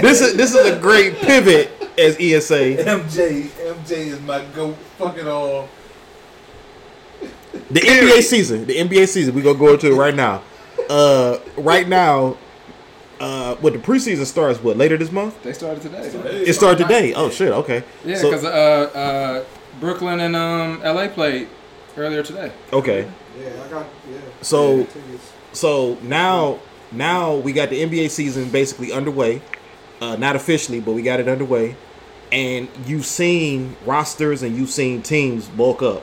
Speaker 2: this is this is a great pivot as E ESA.
Speaker 5: MJ MJ is my goat. Fuck it all.
Speaker 2: The NBA season, the NBA season, we gonna go into it right now. Uh, right now, uh, what the preseason starts? What later this month?
Speaker 11: They started today.
Speaker 2: It started today. Oh shit. Okay.
Speaker 4: Yeah,
Speaker 2: So-
Speaker 4: because uh, uh, Brooklyn and um, LA played earlier today.
Speaker 2: Okay.
Speaker 11: Yeah, I got yeah.
Speaker 2: So-
Speaker 11: Yeah, tickets.
Speaker 2: So now, now we got the NBA season basically underway. Uh, not officially, but we got it underway. And you've seen rosters and you've seen teams bulk up.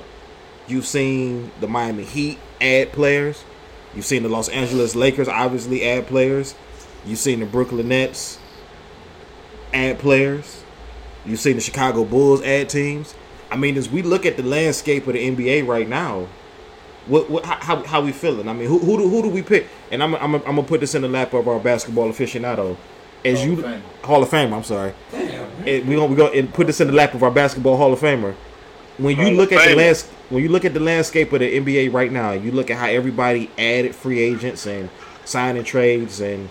Speaker 2: You've seen the Miami Heat add players. You've seen the Los Angeles Lakers obviously add players. You've seen the Brooklyn Nets add players. You've seen the Chicago Bulls add teams. I mean, as we look at the landscape of the NBA right now, what, what how, how how we feeling? I mean, who who do, who do we pick? And I'm I'm I'm gonna put this in the lap of our basketball aficionado, as
Speaker 5: Hall
Speaker 2: you
Speaker 5: of Famer.
Speaker 2: Hall of Fame. I'm sorry. And we gonna we gonna and put this in the lap of our basketball Hall of Famer. When you
Speaker 6: Hall of
Speaker 2: look at the
Speaker 6: Famer.
Speaker 2: lands when you look at the landscape of the NBA right now, you look at how everybody added free agents and signing trades and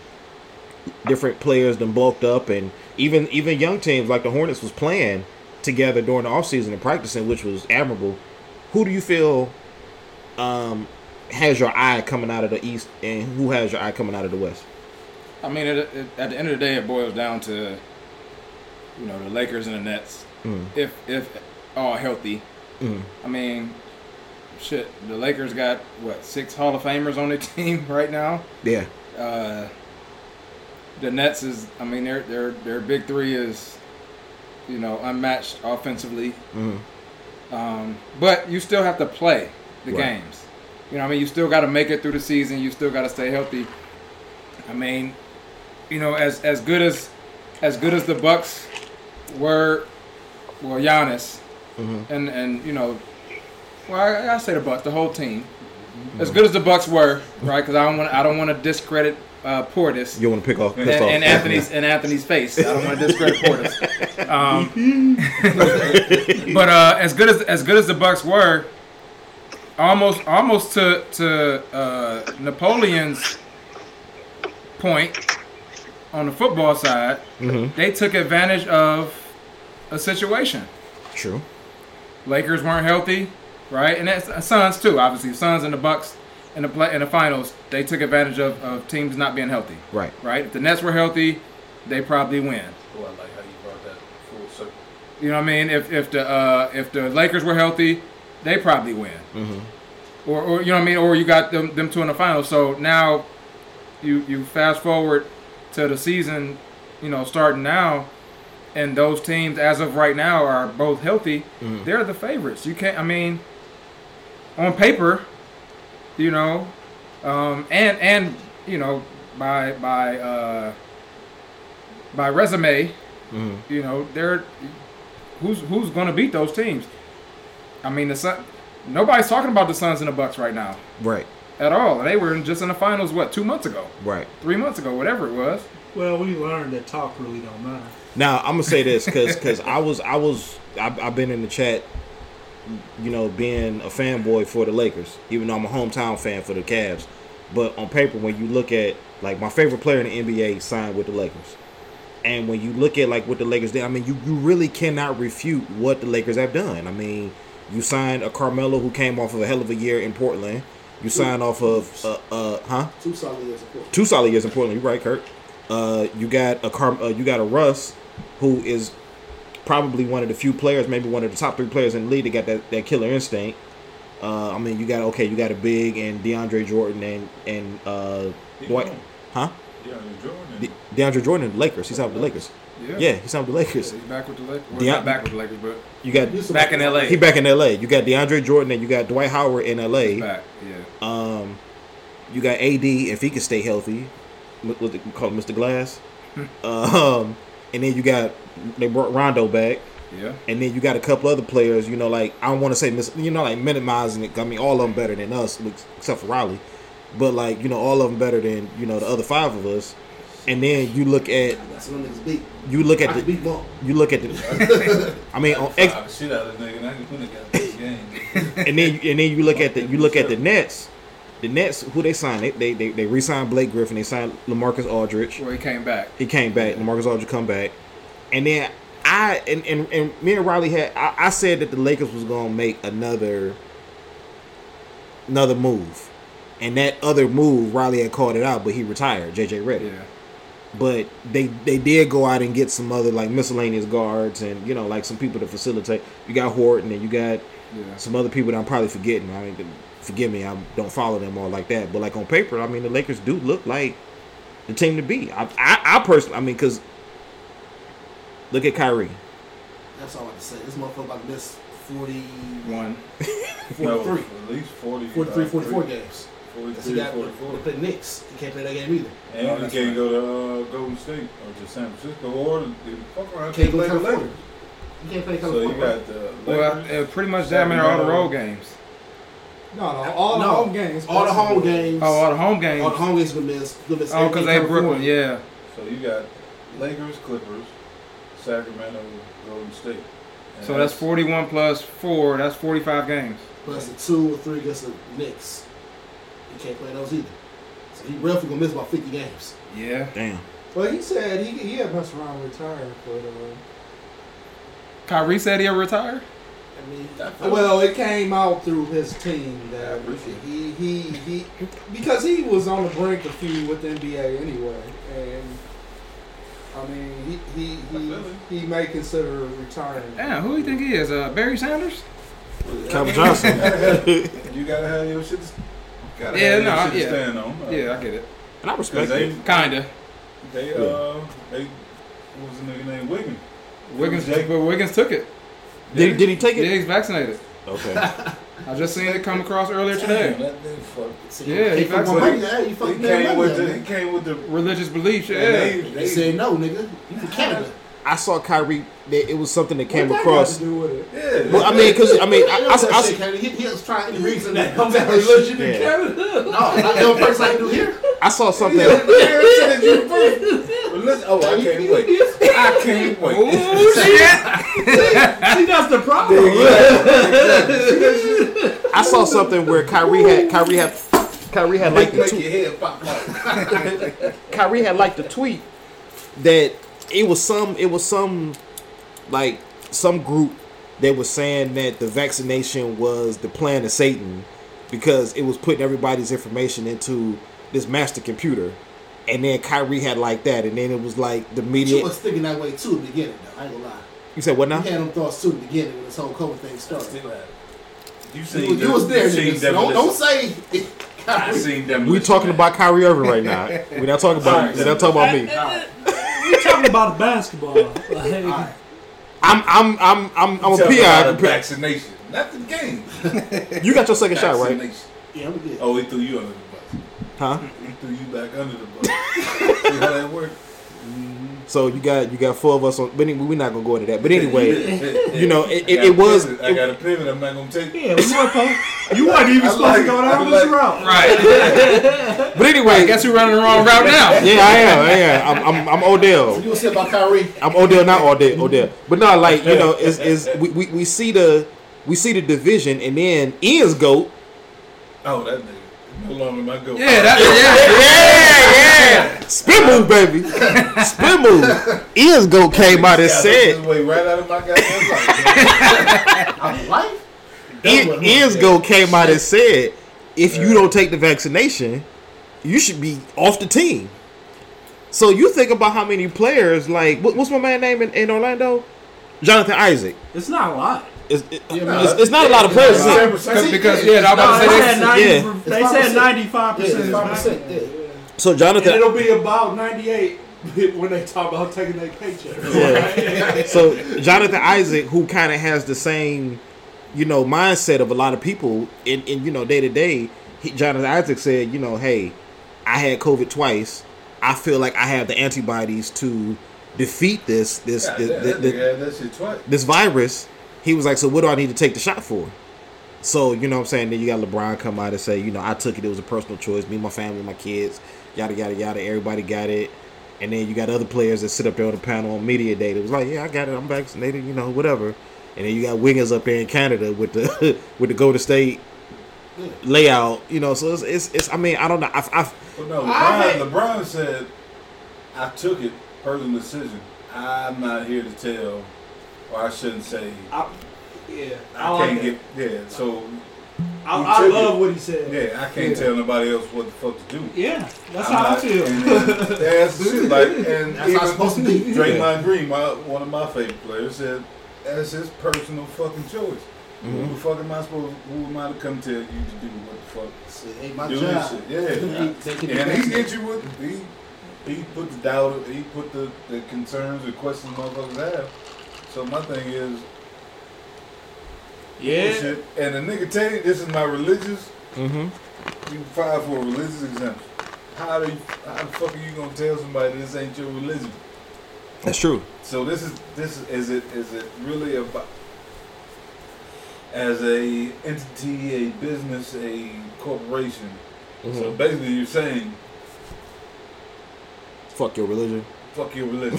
Speaker 2: different players done bulked up and even even young teams like the Hornets was playing together during the offseason and practicing, which was admirable. Who do you feel um, has your eye coming out of the East and who has your eye coming out of the West?
Speaker 4: I mean, it, it, at the end of the day, it boils down to you know the Lakers and the Nets,
Speaker 2: Mm.
Speaker 4: if if all healthy.
Speaker 2: Mm.
Speaker 4: I mean, shit, the Lakers got what six Hall of Famers on their team right now.
Speaker 2: Yeah.
Speaker 4: Uh, the Nets is, I mean, their their their big three is, you know, unmatched offensively.
Speaker 2: Mm.
Speaker 4: Um, but you still have to play the
Speaker 2: Right.
Speaker 4: games. You know, what I mean, you still got to make it through the season. You still got to stay healthy. I mean, you know, as as good as as good as the Bucks were, well, Giannis,
Speaker 2: Mm-hmm.
Speaker 4: and and you know, well, I, I say the Bucks, the whole team,
Speaker 2: Mm-hmm.
Speaker 4: as good as the Bucks were, right? Because I don't want I don't want to discredit uh, Portis
Speaker 2: You want to pick off
Speaker 4: and,
Speaker 2: piss off.
Speaker 4: and Anthony's and Anthony's face. I don't want to discredit Portis. Um, but uh, as good as as good as the Bucks were, almost almost to to uh, Napoleon's point on the football side, they took advantage of a situation.
Speaker 2: True.
Speaker 4: Lakers weren't healthy, right? And that's uh, Suns too, obviously. Suns and the Bucks in the play in the finals, they took advantage of, of teams not being healthy.
Speaker 2: Right.
Speaker 4: Right? If the Nets were healthy, they probably win.
Speaker 5: Oh, I like how you brought that full circle.
Speaker 4: You know what I mean? If if the uh, if the Lakers were healthy, they probably win. Or, or you know what I mean? Or you got them them two in the finals. So now you you fast forward to the season, you know, starting now, and those teams as of right now are both healthy. They're the favorites. You can't. I mean, on paper, you know, um, and and you know by by uh, by resume, you know, they're who's who's going to beat those teams? I mean, the Sun. Nobody's talking about the Suns and the Bucks right now
Speaker 2: Right.
Speaker 4: at all. They were in, just in the finals what two months ago,
Speaker 2: Right.
Speaker 4: three months ago, whatever it was.
Speaker 3: Well, we learned that talk really don't matter.
Speaker 2: Now I'm gonna say this because I was I was I, I've been in the chat, you know, being a fanboy for the Lakers, even though I'm a hometown fan for the Cavs. But on paper, when you look at like my favorite player in the NBA signed with the Lakers, and when you look at like what the Lakers did, I mean, you you really cannot refute what the Lakers have done. I mean, you signed a Carmelo who came off of a hell of a year in Portland. You signed off of uh, uh huh
Speaker 8: Two solid years of course.
Speaker 2: two solid years in Portland. You're right, Kurt. Uh, you got a Car- uh, you got a Russ who is probably one of the few players, maybe one of the top three players in the league that got that, that killer instinct. Uh, I mean, you got okay, you got a big and DeAndre Jordan and and uh,
Speaker 5: He
Speaker 2: Dwight,
Speaker 5: gone.
Speaker 2: huh?
Speaker 5: DeAndre Jordan.
Speaker 2: De- DeAndre Jordan, in the Lakers. He's out with the Lakers.
Speaker 4: Yeah.
Speaker 2: Yeah, he's out with the Lakers.
Speaker 4: He's back with the Lakers. Well,
Speaker 2: Deion-
Speaker 4: not back with the Lakers, but
Speaker 2: You got
Speaker 4: back in L.A.
Speaker 2: he back in L.A. You got DeAndre Jordan and you got Dwight Howard in L.A.
Speaker 4: back. Yeah.
Speaker 2: Um, you got AD if he can stay healthy, m- what they call him, Mr. Glass. um, and then you got they brought Rondo back,
Speaker 4: Yeah.
Speaker 2: and then you got a couple other players. You know, like I don't want to say mis- you know like minimizing it. I mean, all of them better than us ex- except for Riley, but like you know all of them better than you know the other five of us. And then you look at
Speaker 8: That's what them niggas beat.
Speaker 2: you look
Speaker 8: I
Speaker 2: at
Speaker 8: could
Speaker 2: the
Speaker 8: beat Bump.
Speaker 2: you look at the. I mean, on ex-
Speaker 5: Fuck the shit out of this nigga. and I can put it out this game.
Speaker 2: and then and then you look at the you look at the Nets. The Nets, who they signed, they they they, they re-signed Blake Griffin. They signed Lamarcus Aldridge.
Speaker 4: Well, he came back.
Speaker 2: He came back. Lamarcus Aldridge come back, and then I and and, and me and Riley had I, I said that the Lakers was gonna make another another move, and that other move Riley had called it out, but he retired JJ Redick.
Speaker 4: Yeah.
Speaker 2: But they they did go out and get some other like miscellaneous guards and you know like some people to facilitate. You got Horton and you got
Speaker 4: Yeah.
Speaker 2: some other people that I'm probably forgetting. I mean, forgive me, I don't follow them all like that. But like on paper, I mean, the Lakers do look like the team to be. I, I, I personally, I mean, because look at Kyrie.
Speaker 8: That's all I have to say. This motherfucker about to miss 40,
Speaker 4: One.
Speaker 8: 43,
Speaker 5: At least 40.
Speaker 8: 43,
Speaker 5: uh,
Speaker 8: 44
Speaker 5: three-
Speaker 8: games. That's he
Speaker 5: 43,
Speaker 8: got to
Speaker 5: 44.
Speaker 8: play the Knicks. He can't play that game either.
Speaker 5: And
Speaker 4: Oh,
Speaker 5: you
Speaker 4: that's
Speaker 5: can't go to uh, Golden State or to San Francisco or to, fuck around.
Speaker 8: Can't
Speaker 5: Can't
Speaker 8: go
Speaker 5: play
Speaker 8: to
Speaker 5: the
Speaker 8: California.
Speaker 5: Lakers.
Speaker 8: He can't play
Speaker 5: So you
Speaker 8: California.
Speaker 5: got the Lakers.
Speaker 4: Well, uh, pretty much that man all the road games.
Speaker 11: No, no, all the
Speaker 8: No.
Speaker 11: home games.
Speaker 8: all the home
Speaker 11: games.
Speaker 8: games.
Speaker 4: Oh, all the home
Speaker 8: all the
Speaker 4: games.
Speaker 8: home games gonna miss. Gonna miss
Speaker 4: Oh, because
Speaker 8: every
Speaker 4: they
Speaker 8: game
Speaker 4: Brooklyn.
Speaker 8: California.
Speaker 4: Yeah.
Speaker 5: so you got Lakers, Clippers, Sacramento, Golden State. And
Speaker 4: So that's 41 plus four. That's 45 games.
Speaker 8: Plus the two or three against the Knicks. He can't play those either. So he roughly gonna miss about 50 games.
Speaker 4: Yeah.
Speaker 2: Damn.
Speaker 11: Well, he said he he had messed around retired, but uh,
Speaker 4: Kyrie said he'll retire.
Speaker 11: I mean,
Speaker 5: That-
Speaker 11: well, it came out through his team
Speaker 5: I
Speaker 11: that
Speaker 5: appreciate it.
Speaker 11: he he he because he was on the brink of feud with the NBA anyway, and I mean he he he, he may consider retiring.
Speaker 4: Damn, who do you think he is? Uh, Barry Sanders?
Speaker 2: Calvin Johnson.
Speaker 5: You gotta have your shit. Gotta
Speaker 4: Yeah,
Speaker 5: have
Speaker 4: no,
Speaker 5: your shit
Speaker 4: yeah.
Speaker 5: to stand on. Uh,
Speaker 4: Yeah, I get it.
Speaker 2: And I
Speaker 5: 'cause
Speaker 2: respect
Speaker 5: they,
Speaker 2: it.
Speaker 4: Kinda.
Speaker 5: they, uh, they, what was the nigga named Wiggins?
Speaker 4: Wiggins,
Speaker 5: Jake-
Speaker 4: but Wiggins took it.
Speaker 2: Did, did he take
Speaker 4: Yeah,
Speaker 2: it?
Speaker 4: he's vaccinated.
Speaker 2: Okay.
Speaker 4: I just seen it come across earlier
Speaker 5: Damn,
Speaker 4: today.
Speaker 5: that nigga fuck.
Speaker 8: So
Speaker 4: Yeah, he
Speaker 8: he fucking
Speaker 4: vaccinated.
Speaker 8: won that. He
Speaker 5: He
Speaker 8: fucking
Speaker 5: came with the, he
Speaker 8: that.
Speaker 5: came with the,
Speaker 4: Religious beliefs, yeah.
Speaker 5: and they,
Speaker 8: He said no, nigga. You from Canada.
Speaker 2: I saw Kyrie. That it was something that came
Speaker 11: What that got
Speaker 2: across.
Speaker 11: to do with it?
Speaker 5: yeah,
Speaker 2: Well, I mean, because I mean, I,
Speaker 8: He
Speaker 2: I,
Speaker 8: don't
Speaker 2: I-
Speaker 8: touch shit, Canada. He, he was trying any reason that comes out. No,
Speaker 11: Religion
Speaker 2: Yeah.
Speaker 11: in Canada.
Speaker 8: not the only person I can do here.
Speaker 2: I saw something.
Speaker 5: Yeah, Aaron said you first. Well, listen- oh, I can't wait. I can't wait.
Speaker 11: Oh,
Speaker 4: Ooh, shit.
Speaker 11: See, that's the problem.
Speaker 2: I saw something where Kyrie had Kyrie had Kyrie had like the
Speaker 5: Make
Speaker 2: two.
Speaker 5: your head pop out.
Speaker 2: Kyrie had liked a tweet that it was some it was some like some group that was saying that the vaccination was the plan of Satan because it was putting everybody's information into this master computer. And then Kyrie had like that, and then it was like the
Speaker 8: She
Speaker 2: media.
Speaker 8: was thinking that way too at the beginning, though. I ain't gonna lie.
Speaker 2: You said what now?
Speaker 8: He had them thoughts too at the beginning when this whole COVID thing started.
Speaker 5: You
Speaker 8: You,
Speaker 5: seen
Speaker 8: was- you was there,
Speaker 5: you seen
Speaker 8: nigga. So Don't, don't
Speaker 5: demolition.
Speaker 8: say.
Speaker 5: I seen demolition.
Speaker 2: We talking about Kyrie Irving right now. We're not talking about. We're not talking about me.
Speaker 3: Uh, We talking about basketball. Like,
Speaker 2: I'm. I'm. I'm. I'm. I'm a
Speaker 5: Talking
Speaker 2: PI.
Speaker 5: about a
Speaker 2: compared-
Speaker 5: vaccination, not the game.
Speaker 2: You got your second shot right,
Speaker 5: Vaccination.
Speaker 8: yeah, I'm good.
Speaker 5: Oh, he threw you under the bus.
Speaker 2: huh?
Speaker 5: He threw you back under the bus. See how that worked?
Speaker 8: Mm-hmm.
Speaker 2: So you got you got four of us on. But anyway, we're not gonna go into that. But anyway, you know, it-
Speaker 5: I
Speaker 2: it-
Speaker 5: gotta
Speaker 2: it was-
Speaker 5: pivot. I got a pivot. I'm not gonna take. it.
Speaker 3: yeah, we weren't supposed- you weren't even supposed
Speaker 5: like
Speaker 3: to go
Speaker 5: it. I
Speaker 3: down
Speaker 5: like
Speaker 3: this
Speaker 5: it.
Speaker 3: route.
Speaker 4: Right.
Speaker 2: but anyway,
Speaker 4: I guess you're running the wrong route now.
Speaker 2: yeah, I am. I am. I'm, I'm, I'm Odell.
Speaker 8: You was saying about Kyrie.
Speaker 2: I'm Odell, not Odell. Odell. But no, like you know, is is we, we, we see the we see the division, and then Ian's goat.
Speaker 5: Oh, that nigga. No longer my go.
Speaker 4: Yeah, that,
Speaker 2: Yeah, yeah. Spin move, baby. Spin move. Ian's goat came out and said.
Speaker 5: Way right out of my goddamn life.
Speaker 8: I'm like,
Speaker 2: Ian- Ian's goat e, came out and said, if you don't take the vaccination, you should be off the team. So you think about how many players like what, what's my man name in, in Orlando? Jonathan Isaac.
Speaker 3: It's not a lot.
Speaker 2: It's, it- it's, it's not a lot of players. is it?
Speaker 4: Because, because yeah, I was about to say
Speaker 3: They
Speaker 4: they,
Speaker 2: Yeah.
Speaker 3: said 90, They said ninety-five
Speaker 8: Yeah,
Speaker 3: percent.
Speaker 8: five percent. Yeah.
Speaker 2: So
Speaker 11: And
Speaker 2: Jonathan,
Speaker 11: it'll be about 98 when they talk about taking their paycheck.
Speaker 2: so Jonathan Isaac, who kind of has the same, you know, mindset of a lot of people in, in you know day to day. he- Jonathan Isaac said, you know, hey, I had COVID twice. I feel like I have the antibodies to defeat this this
Speaker 5: God,
Speaker 2: this,
Speaker 5: that,
Speaker 2: this,
Speaker 5: that,
Speaker 2: this,
Speaker 5: nigga had that shit twice.
Speaker 2: this virus. He was like, so what do I need to take the shot for? So you know what I'm saying. Then you got LeBron come out and say, you know, I took it. It was a personal choice. Me, my family, my kids, yada yada yada. Everybody got it. And then you got other players that sit up there on the panel on media day. That was like, yeah, I got it. I'm vaccinated. You know, whatever. And then you got Wiggins up there in Canada with the with the Golden State layout. You know, so it's it's, it's I mean, I don't know. I, I
Speaker 5: Well, no,
Speaker 11: I
Speaker 5: LeBron, LeBron said, I took it, personal decision. I'm not here to tell, or I shouldn't say,
Speaker 11: I, yeah, I,
Speaker 5: I,
Speaker 11: like
Speaker 5: can't
Speaker 11: that.
Speaker 5: get, yeah, so,
Speaker 11: I,
Speaker 5: you
Speaker 11: I
Speaker 5: took
Speaker 11: love
Speaker 5: it.
Speaker 11: what he said.
Speaker 5: yeah, I can't tell nobody else what the fuck to do.
Speaker 3: Yeah, that's
Speaker 5: I'm
Speaker 3: how I
Speaker 5: not-
Speaker 3: feel.
Speaker 5: and then- That's the shit, like, and
Speaker 8: That's how it's supposed to be.
Speaker 5: even Draymond Green, my, one of my favorite players, said, that's his personal fucking choice. Who the fuck am I supposed? Who am I to come tell you to do what the fuck?
Speaker 8: It ain't my
Speaker 5: do this
Speaker 8: job.
Speaker 5: shit? Yeah, And he hit you with he he put the doubt he put the, the concerns or questions motherfuckers have. So my thing is
Speaker 3: Yeah,
Speaker 5: shit, and the nigga tell you this is my religious you file for a religious exemption. How do you, how the fuck are you gonna tell somebody this ain't your religion?
Speaker 2: that's true.
Speaker 5: So this is this is, is it is it really about as a entity, a business, a corporation. So basically you're saying
Speaker 2: Fuck your religion.
Speaker 5: fuck your religion.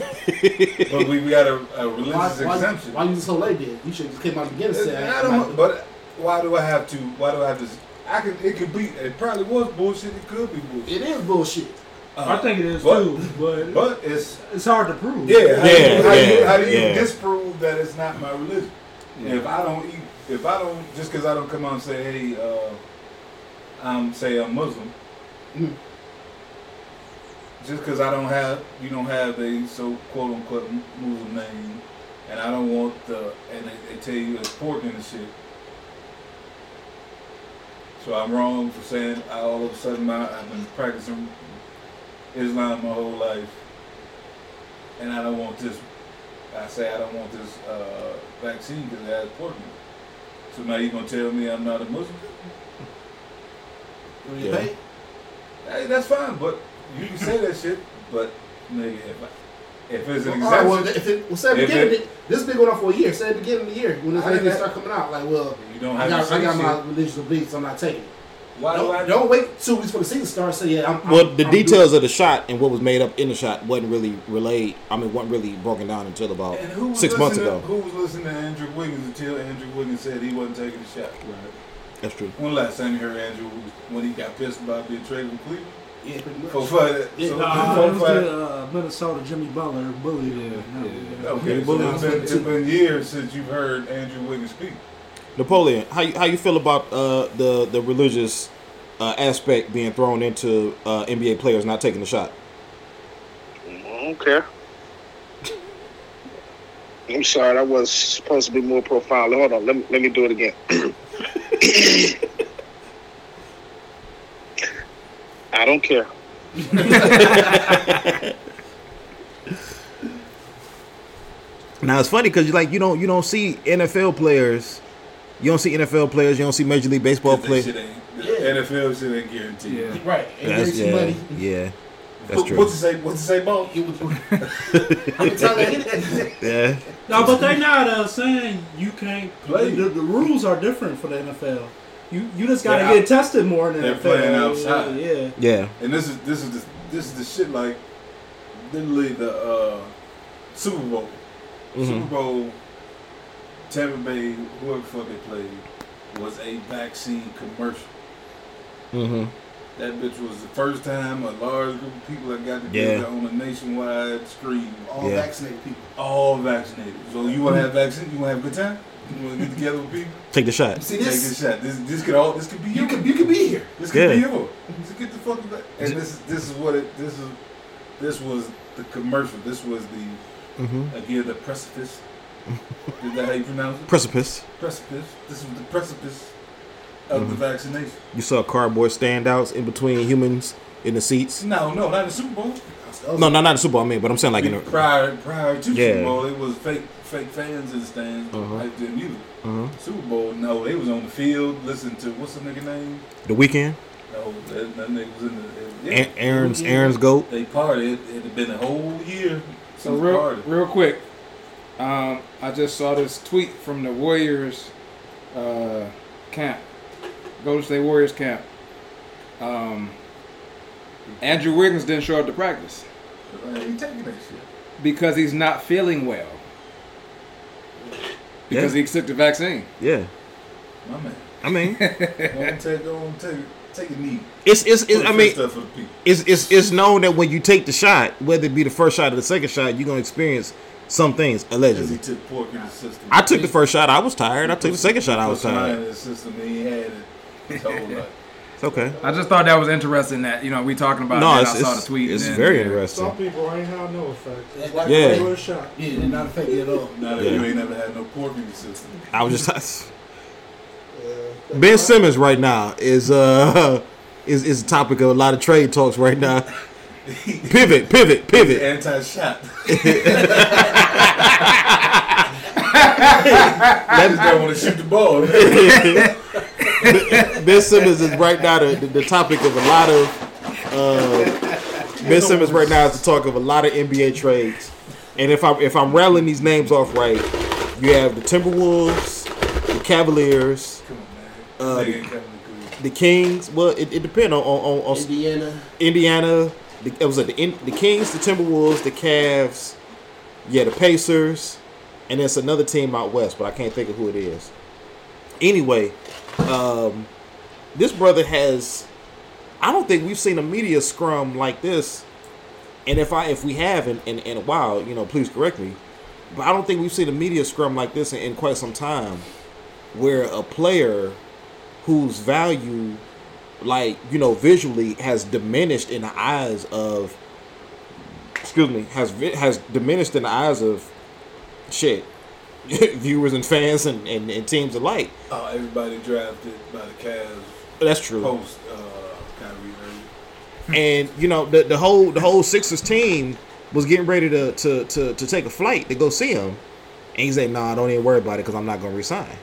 Speaker 5: but we, we got a, a
Speaker 8: Why,
Speaker 5: religious
Speaker 8: why,
Speaker 5: exemption.
Speaker 8: why you so late then? You should have just came out again and
Speaker 5: It's-
Speaker 8: said,
Speaker 5: I don't, but why do I have to? Why do I have to? I could. It could be. It probably was bullshit. It could be bullshit.
Speaker 8: It is bullshit.
Speaker 5: Uh,
Speaker 3: I think it is
Speaker 5: but-
Speaker 3: too, but
Speaker 5: But it's
Speaker 3: it's hard to prove.
Speaker 5: yeah. How do
Speaker 2: Yeah,
Speaker 5: you, how do
Speaker 2: yeah,
Speaker 5: you, how do you
Speaker 2: yeah.
Speaker 5: disprove that it's not my religion? If I don't eat, if I don't, just because I don't come out and say, hey, uh, I'm say I'm Muslim. Just because I don't have, you don't have a so quote unquote Muslim name, and I don't want the, and they, they tell you it's pork and shit. So I'm wrong for saying I, all of a sudden my, I've been practicing Islam my whole life, and I don't want this. I say I don't want this uh, vaccine because it has pork in it. So now you gonna tell me I'm not a Muslim?
Speaker 8: When you
Speaker 2: Yeah.
Speaker 8: pay,
Speaker 5: Hey, that's fine, but you can say that shit. But nigga, if, I, if it's an
Speaker 8: All right,
Speaker 5: exemption,
Speaker 8: well, if it, well, say at the
Speaker 5: If
Speaker 8: beginning,
Speaker 5: it-
Speaker 8: of the- this been going on for a year. Say at the beginning of the year when this
Speaker 5: I didn't
Speaker 8: thing
Speaker 5: have-
Speaker 8: start coming out, like, well,
Speaker 5: you don't
Speaker 8: I
Speaker 5: have to
Speaker 8: got,
Speaker 5: say
Speaker 8: I got
Speaker 5: shit.
Speaker 8: my religious beliefs. I'm not taking it.
Speaker 5: Why do I?
Speaker 8: Don't, don't wait two weeks for the season starts. Say, yeah, I'm.
Speaker 2: Well,
Speaker 8: I'm,
Speaker 2: the
Speaker 8: I'm
Speaker 2: details of the shot and what was made up in the shot wasn't really relayed. I mean, wasn't really broken down until about
Speaker 5: And who was
Speaker 2: six months
Speaker 5: listening-
Speaker 2: ago.
Speaker 5: Who was listening to Andrew Wiggins until Andrew Wiggins said he wasn't taking the shot? Right.
Speaker 2: That's true.
Speaker 5: When last time you heard Andrew was when he got pissed about being traded from Cleveland?
Speaker 8: doing- Yeah, pretty much.
Speaker 5: For five.
Speaker 8: Yeah,
Speaker 5: so,
Speaker 3: Nah,
Speaker 5: for
Speaker 3: it was
Speaker 5: five-
Speaker 3: the uh, Minnesota Jimmy Butler bully. No,
Speaker 5: Okay, so it's been, it's been years since you've heard Andrew Wiggins speak.
Speaker 2: Napoleon, how you, how you feel about uh, the the religious uh, aspect being thrown into uh, NBA players not taking the shot?
Speaker 6: I don't care. I'm sorry, that was supposed to be more profile. Hold on, let me, let me do it again. I don't care.
Speaker 2: Now it's funny because you like you don't you don't see NFL players, you don't see NFL players, you don't see Major League Baseball
Speaker 5: That
Speaker 2: players.
Speaker 5: shit ain't- the NFL shit ain't guaranteed.
Speaker 4: Yeah.
Speaker 8: Right. And
Speaker 2: That's
Speaker 8: there's your
Speaker 2: yeah,
Speaker 8: money.
Speaker 2: yeah, that's
Speaker 5: What, what
Speaker 2: true.
Speaker 5: to say? What to say, Bo?
Speaker 8: You would- I'm telling you.
Speaker 2: Yeah,
Speaker 3: No, but they not uh, saying you can't
Speaker 5: Play.
Speaker 3: The, the rules are different for the NFL. You you just gotta
Speaker 5: They're out-
Speaker 3: get tested more in the
Speaker 5: they're
Speaker 3: NFL.
Speaker 5: playing outside.
Speaker 3: Yeah, yeah.
Speaker 2: yeah,
Speaker 5: And this is this is the, this is the shit like literally the uh, Super Bowl. Super Bowl, Tampa Bay, whoever the fuck they played, was a vaccine commercial.
Speaker 2: hmm
Speaker 5: That bitch was the first time a large group of people that got together
Speaker 2: Yeah.
Speaker 5: on a nationwide screen,
Speaker 8: All
Speaker 2: Yeah.
Speaker 8: vaccinated people.
Speaker 5: all vaccinated. So you want to have vaccine? You want to have a good time? You want to get together with people?
Speaker 2: take the shot.
Speaker 8: See
Speaker 5: Take this
Speaker 8: this?
Speaker 5: shot. This this could all this could be
Speaker 8: You
Speaker 5: you.
Speaker 8: could you could be here.
Speaker 5: This could
Speaker 2: Yeah.
Speaker 5: be you. Just get the fuck back. And this is this is what it this is This was the commercial. This was the
Speaker 2: Mhm.
Speaker 5: again the precipice. Is that how you pronounce it?
Speaker 2: Precipice.
Speaker 5: Precipice. This was the precipice of the
Speaker 2: Mhm.
Speaker 5: vaccination.
Speaker 2: You saw cardboard standouts in between humans in the seats.
Speaker 5: No, no, not the Super Bowl.
Speaker 2: No, no, not the Super Bowl. I mean, but I'm saying like in the.
Speaker 5: prior prior to
Speaker 2: Yeah.
Speaker 5: Super Bowl, it was fake fake fans in the stands
Speaker 2: Uh-huh.
Speaker 5: like the music.
Speaker 2: Uh-huh.
Speaker 5: Super Bowl, no, they was on the field listening to what's the nigga name?
Speaker 2: The weekend.
Speaker 5: No, that, that nigga was in the. it-
Speaker 2: A- Aaron's- Aaron's goat.
Speaker 5: They partied. It had been a whole year.
Speaker 4: So
Speaker 5: since
Speaker 4: real,
Speaker 5: party.
Speaker 4: real quick, um, I just saw this tweet from the Warriors uh, camp, Golden State Warriors camp. Um, Andrew Wiggins didn't show up to practice
Speaker 5: Like, he taking that shit.
Speaker 4: because he's not feeling well because
Speaker 2: Yeah.
Speaker 4: he took the vaccine.
Speaker 2: Yeah,
Speaker 5: My man,
Speaker 2: I mean,
Speaker 5: don't take, don't take, take a knee.
Speaker 2: it's it's,
Speaker 5: Put
Speaker 2: it's I
Speaker 5: your
Speaker 2: mean,
Speaker 5: fist up for the people.
Speaker 2: it's it's it's known that when you take the shot, whether it be the first shot or the second shot, you're gonna experience some things
Speaker 5: Because he
Speaker 2: allegedly.
Speaker 5: took pork in the system.
Speaker 2: I took the first shot. I was tired. I took the second shot. I
Speaker 5: Put
Speaker 2: was
Speaker 5: some iron
Speaker 2: tired.
Speaker 5: in the system. And he had it his whole life.
Speaker 2: It's okay.
Speaker 4: I just thought that was interesting that you know we talking about.
Speaker 2: No,
Speaker 4: it,
Speaker 2: it's
Speaker 4: I saw
Speaker 2: it's,
Speaker 4: the tweet.
Speaker 2: it's
Speaker 4: and-
Speaker 2: very
Speaker 11: Some
Speaker 2: interesting.
Speaker 11: people ain't have no effect. It's like
Speaker 2: Yeah.
Speaker 11: a regular shot.
Speaker 8: Yeah, they're not affected at all.
Speaker 5: Now that
Speaker 2: Yeah.
Speaker 5: you ain't never had no pork in the system.
Speaker 2: I was just
Speaker 11: Yeah.
Speaker 2: Ben Simmons right now is uh is is a topic of a lot of trade talks right now. Pivot, pivot, pivot.
Speaker 5: Anti-shot.
Speaker 2: That-
Speaker 5: I don't want to shoot the ball. man.
Speaker 2: Ben Simmons is right now the, the, the topic of a lot of uh, Ben Simmons right now is the talk of a lot of NBA trades. And if I'm if I'm rattling these names off right, you have the Timberwolves, the Cavaliers,
Speaker 5: Come on, man.
Speaker 2: Uh,
Speaker 5: Nigga ain't coming to Cleveland.
Speaker 2: the Kings. Well, it, it depends on on, on, on
Speaker 8: Indiana.
Speaker 2: Indiana. The, it was at the in, the Kings, the Timberwolves, the Cavs, yeah, the Pacers, and it's another team out west, but I can't think of who it is. Anyway, um, this brother has. I don't think we've seen a media scrum like this, and if I if we have in, in, in a while, you know, please correct me, but I don't think we've seen a media scrum like this in, in quite some time, where a player whose value like you know visually has diminished in the eyes of excuse me has vi- has diminished in the eyes of shit viewers and fans and, and, and teams alike
Speaker 5: Oh, everybody drafted by the Cavs
Speaker 2: that's true
Speaker 5: post uh, Kyrie Irving.
Speaker 2: and you know the, the whole the whole Sixers team was getting ready to to, to to take a flight to go see him and he said nah don't even worry about it because I'm not gonna resign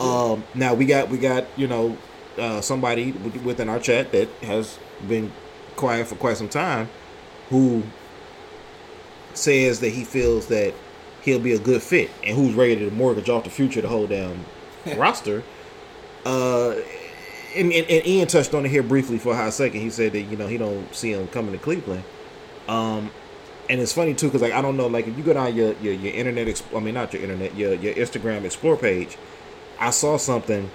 Speaker 2: um now we got we got you know uh, somebody w- within our chat that has been quiet for quite some time who says that he feels that he'll be a good fit and who's ready to mortgage off the future to hold down roster. Uh, and, and, and Ian touched on it here briefly for a hot second. He said that you know he don't see him coming to Cleveland. Um, and it's funny too because like I don't know like if you go down your your, your internet ex- I mean not your internet your your Instagram explore page, I saw something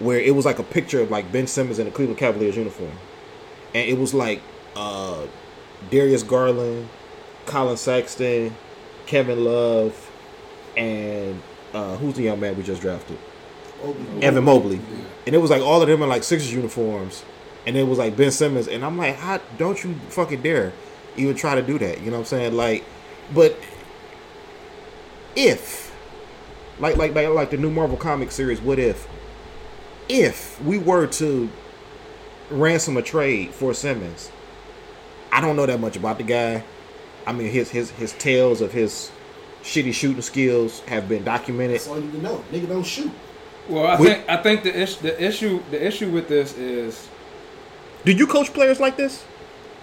Speaker 2: where it was like a picture of like Ben Simmons in a Cleveland Cavaliers uniform, and it was like uh, Darius Garland, Colin Sexton, Kevin Love, and uh, who's the young man we just drafted? Evan Mobley. And it was like all of them in like Sixers uniforms. And it was like Ben Simmons. And I'm like, how don't you fucking dare even try to do that? You know what I'm saying? Like, but if like like like, like the new Marvel comic series, what if? If we were to ransom a trade for Simmons, I don't know that much about the guy. I mean his his his tales of his shitty shooting skills have been documented.
Speaker 8: That's all you can know. Nigga don't shoot.
Speaker 4: Well, I
Speaker 2: We-
Speaker 4: think I think the issue the issue the issue with this is
Speaker 2: Do you coach players like this?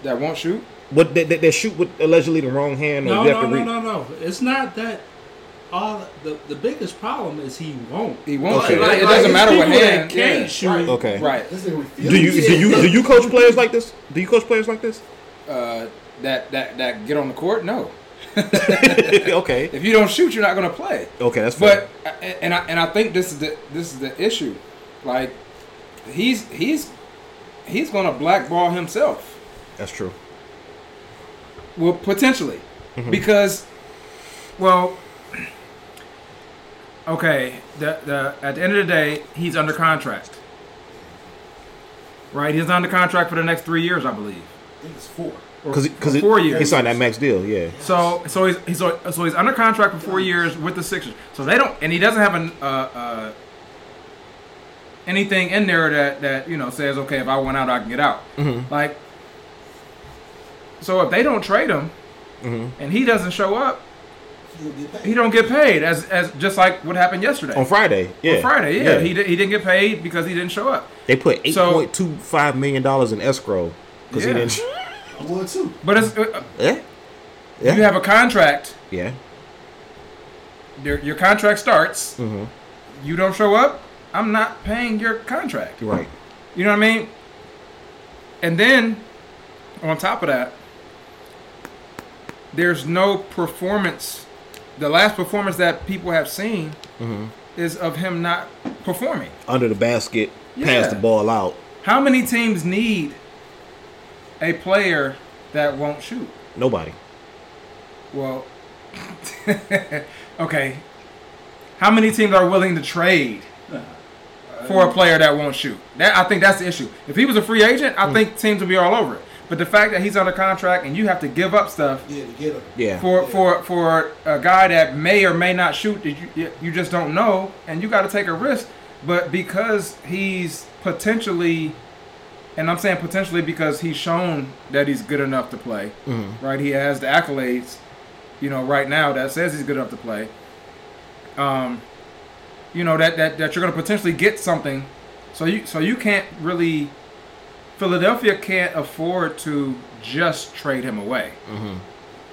Speaker 4: that won't shoot.
Speaker 2: What they, they, they shoot with allegedly the wrong hand, or
Speaker 3: No,
Speaker 2: you
Speaker 3: no,
Speaker 2: have to
Speaker 3: no,
Speaker 2: read.
Speaker 3: no, no. It's not that. All the the biggest problem is he won't.
Speaker 4: He won't.
Speaker 2: Okay.
Speaker 4: Shoot. It- it
Speaker 3: Like,
Speaker 4: doesn't
Speaker 3: it's
Speaker 4: matter what
Speaker 3: people that
Speaker 4: hand.
Speaker 3: can't
Speaker 4: yeah.
Speaker 3: shoot.
Speaker 8: Right.
Speaker 2: Okay.
Speaker 4: Right.
Speaker 8: This nigga refuse.
Speaker 2: Do you do you do you coach players like this? Do you coach players like this?
Speaker 4: Uh, that that that get on the court. No.
Speaker 2: okay.
Speaker 4: If you don't shoot, you're not going to play.
Speaker 2: Okay, that's
Speaker 4: But uh,
Speaker 2: fair.
Speaker 4: and I and I think this is the this is the issue. Like he's he's he's going to blackball himself.
Speaker 2: that's true.
Speaker 4: Well, potentially,
Speaker 2: Mm-hmm.
Speaker 4: because, well, okay. The the at the end of the day, he's under contract. Right, he's under contract for the next three years, I believe.
Speaker 8: I think it's four.
Speaker 2: Because because
Speaker 4: four
Speaker 2: he,
Speaker 4: years.
Speaker 2: signed that max deal. Yeah.
Speaker 4: So so he's, he's so so he's under contract for four years with the Sixers. So they don't, and he doesn't have an uh, uh, anything in there that that you know says okay if I want out I can get out.
Speaker 2: Mm-hmm.
Speaker 4: Like so if they don't trade him and he doesn't show up, he don't get paid as as just like what happened yesterday
Speaker 2: On Friday. Yeah.
Speaker 4: On Friday. Yeah, he di- he didn't get paid because he didn't show up.
Speaker 2: they put eight
Speaker 4: So-
Speaker 2: point two five million dollars in escrow because
Speaker 4: Yeah.
Speaker 2: he didn't.
Speaker 8: I would too.
Speaker 4: But it's, uh,
Speaker 2: Yeah. Yeah.
Speaker 4: you have a contract.
Speaker 2: Yeah.
Speaker 4: Your, your contract starts.
Speaker 2: Mhm.
Speaker 4: You don't show up. I'm not paying your contract.
Speaker 2: You're right.
Speaker 4: You know what I mean? And then, on top of that, there's no performance. The last performance that people have seen is of him not performing.
Speaker 2: Mm-hmm. Under the basket, pass
Speaker 4: Yeah.
Speaker 2: the ball out.
Speaker 4: How many teams need a player that won't shoot?
Speaker 2: Nobody.
Speaker 4: Well, okay. How many teams are willing to trade
Speaker 8: Uh-huh.
Speaker 4: for a player that won't shoot? That I think that's the issue. If he was a free agent, I think teams would be all over it. But the fact that he's under contract and you have to give up stuff
Speaker 8: Yeah, to get him.
Speaker 2: Yeah.
Speaker 4: for for for a guy that may or may not shoot that you you just don't know and you got to take a risk but because he's potentially and I'm saying potentially because he's shown that he's good enough to play right he has the accolades you know right now that says he's good enough to play um you know that that, that you're going to potentially get something so you so you can't really Philadelphia can't afford to just trade him away